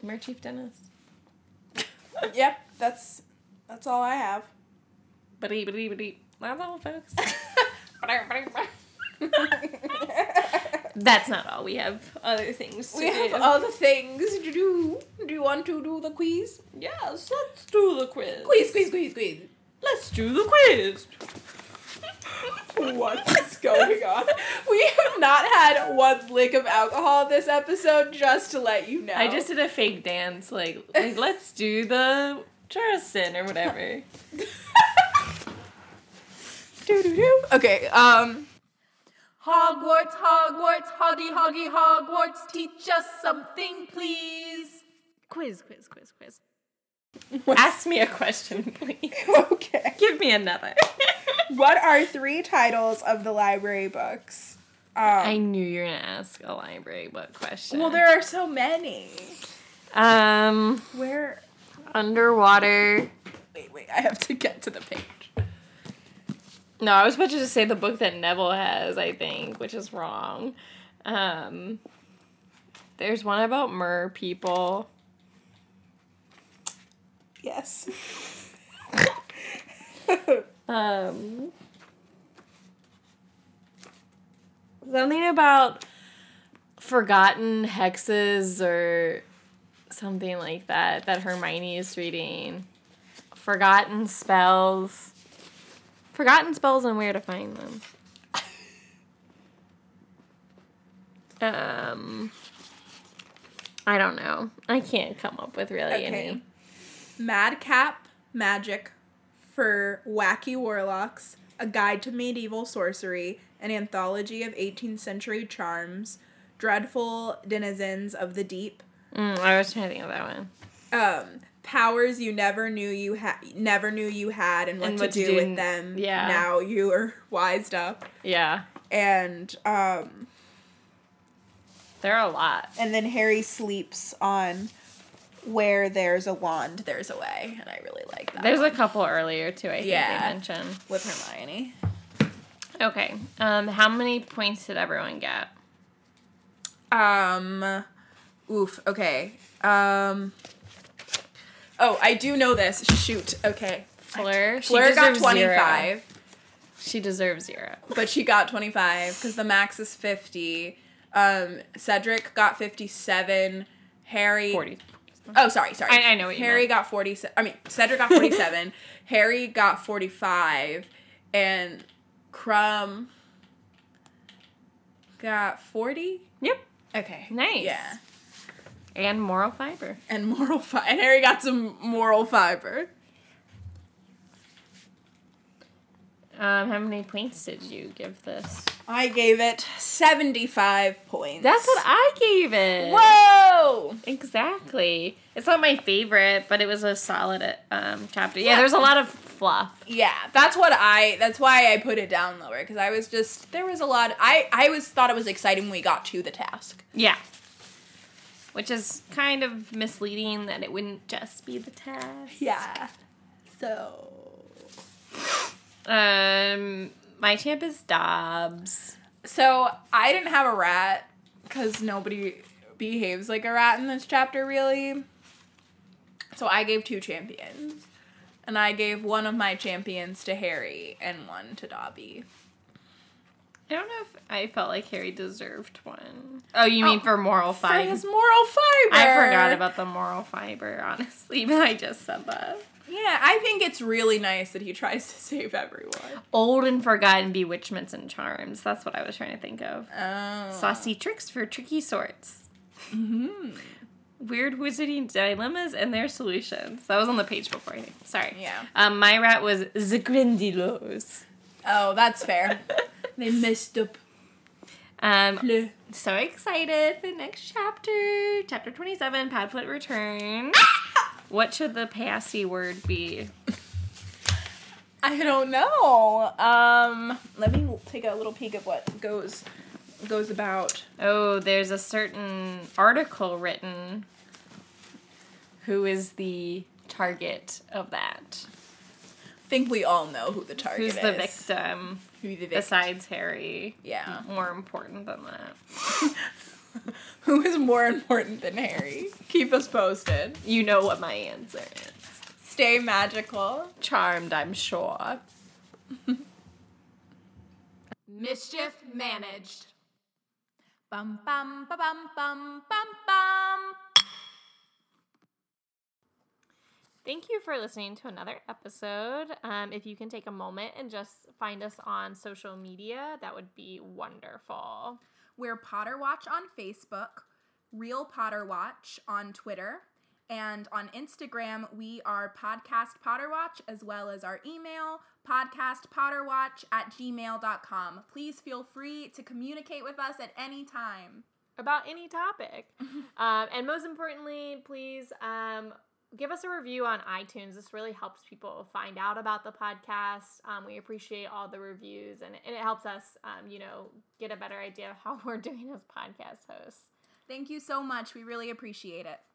Speaker 4: Mer Chief Dennis.
Speaker 2: Yep, that's that's all I have.
Speaker 4: Badee, badee, badee. That's all, folks. That's not all. We have other things to
Speaker 2: we have
Speaker 4: do.
Speaker 2: other things to do. Do you want to do the quiz?
Speaker 4: yes, let's do the quiz.
Speaker 2: Quiz, quiz, quiz, quiz.
Speaker 4: Let's do the quiz.
Speaker 2: What is going on? We have not had one lick of alcohol this episode, just to let you know.
Speaker 4: I just did a fake dance, like, like let's do the Charleston or whatever.
Speaker 2: do do do. Okay, um
Speaker 8: Hogwarts, Hogwarts, hoggy, hoggy, Hogwarts, teach us something, please.
Speaker 4: Quiz, quiz, quiz, quiz. Ask me a question, please.
Speaker 2: Okay.
Speaker 4: Give me another.
Speaker 2: What are three titles of the library books?
Speaker 4: I knew you were gonna ask a library book question.
Speaker 2: Um, Well, there are so many.
Speaker 4: um
Speaker 2: Where?
Speaker 4: underwater.
Speaker 2: Wait, wait. I have to get to the page.
Speaker 4: No, I was about to just say the book that Neville has, I think, which is wrong. Um, there's one about mer people.
Speaker 2: Yes.
Speaker 4: Um, something about forgotten hexes or something like that that Hermione is reading. Forgotten spells. Forgotten spells and where to find them. um, I don't know. I can't come up with really
Speaker 2: Okay.
Speaker 4: any.
Speaker 2: Madcap Magic for Wacky Warlocks, A Guide to Medieval Sorcery, An Anthology of 18th Century Charms, Dreadful Denizens of the Deep,
Speaker 4: Mm, I was trying to think of that one.
Speaker 2: um, Powers You Never Knew You Had, Never Knew You Had, and What,
Speaker 4: And
Speaker 2: to,
Speaker 4: what to
Speaker 2: do,
Speaker 4: do
Speaker 2: with
Speaker 4: n-
Speaker 2: Them.
Speaker 4: yeah.
Speaker 2: Now You Are Wised Up,
Speaker 4: Yeah,
Speaker 2: and um,
Speaker 4: there are a lot.
Speaker 2: and then Harry sleeps on. Where there's a wand, there's a way, and I really like that
Speaker 4: There's a couple earlier too. I think
Speaker 2: Yeah.
Speaker 4: they mentioned.
Speaker 2: with Hermione.
Speaker 4: Okay. Um, how many points did everyone get?
Speaker 2: Um, oof. Okay. Um. Oh, I do know this. Shoot. Okay.
Speaker 4: Fleur. She
Speaker 2: Blair got
Speaker 4: deserves
Speaker 2: twenty
Speaker 4: zero.
Speaker 2: five,
Speaker 4: She deserves zero.
Speaker 2: but she got twenty five because the max is fifty. Um, Cedric got fifty seven. Harry.
Speaker 4: Forty.
Speaker 2: Oh, sorry, sorry.
Speaker 4: I- I know what you
Speaker 2: Harry
Speaker 4: meant.
Speaker 2: got forty seven. I mean, Cedric got forty seven. Harry got forty five, and Crumb got forty.
Speaker 4: Yep.
Speaker 2: Okay.
Speaker 4: Nice.
Speaker 2: Yeah.
Speaker 4: And moral fiber.
Speaker 2: and moral fiber. And Harry got some moral fiber.
Speaker 4: Um, how many points did you give this?
Speaker 2: I gave it 75 points.
Speaker 4: That's what I gave it.
Speaker 2: Whoa!
Speaker 4: Exactly. It's not my favorite, but it was a solid um, chapter. Yeah, there's a lot of fluff.
Speaker 2: Yeah, that's what I that's why I put it down lower cuz I was just there was a lot I I was thought it was exciting when we got to the task.
Speaker 4: Yeah. Which is kind of misleading that it wouldn't just be the test.
Speaker 2: Yeah. So
Speaker 4: Um, my champ is Dobbs.
Speaker 2: So I didn't have a rat cuz nobody behaves like a rat in this chapter really. So I gave two champions. And I gave one of my champions to Harry and one to Dobby.
Speaker 4: I don't know if I felt like Harry deserved one. Oh, you mean
Speaker 2: Oh,
Speaker 4: for moral
Speaker 2: for
Speaker 4: fiber?
Speaker 2: his moral fiber.
Speaker 4: I forgot about the moral fiber, honestly, but I just said that.
Speaker 2: Yeah, I think it's really nice that he tries to save everyone.
Speaker 4: Old and forgotten bewitchments and charms. That's what I was trying to think of.
Speaker 2: Oh.
Speaker 4: Saucy tricks for tricky sorts. Mm-hmm. Weird wizarding dilemmas and their solutions. That was on the page before, I think. Sorry.
Speaker 2: Yeah.
Speaker 4: Um, my rat was Zagrindilos.
Speaker 2: Oh, that's fair. they messed up.
Speaker 4: Um,
Speaker 2: Bleh.
Speaker 4: so excited for the next chapter, chapter 27, Padfoot Returns.
Speaker 2: Ah!
Speaker 4: what should the passy word be?
Speaker 2: I don't know. Um, let me take a little peek of what goes goes about.
Speaker 4: Oh, there's a certain article written. Who is the target of that?
Speaker 2: I think we all know who the target
Speaker 4: Who's
Speaker 2: is.
Speaker 4: the victim
Speaker 2: Who the victim?
Speaker 4: besides Harry?
Speaker 2: Yeah.
Speaker 4: More important than that.
Speaker 2: Who is more important than Harry? Keep us posted.
Speaker 4: You know what my answer is.
Speaker 2: Stay magical.
Speaker 4: Charmed, I'm sure.
Speaker 8: Mischief managed. Bum bum ba bum bum bum bum.
Speaker 4: Thank you for listening to another episode. Um, if you can take a moment and just find us on social media, that would be wonderful.
Speaker 2: We're Potter Watch on Facebook, Real Potter Watch on Twitter, And on Instagram, we are Podcast Potterwatch, as well as our email, podcastpotterwatch at gmail.com. Please feel free to communicate with us at any time.
Speaker 4: about any topic. um, and most importantly, please um, give us a review on iTunes. This really helps people find out about the podcast. Um, we appreciate all the reviews, and, and it helps us, um, you know, get a better idea of how we're doing as podcast hosts.
Speaker 2: Thank you so much. We really appreciate it.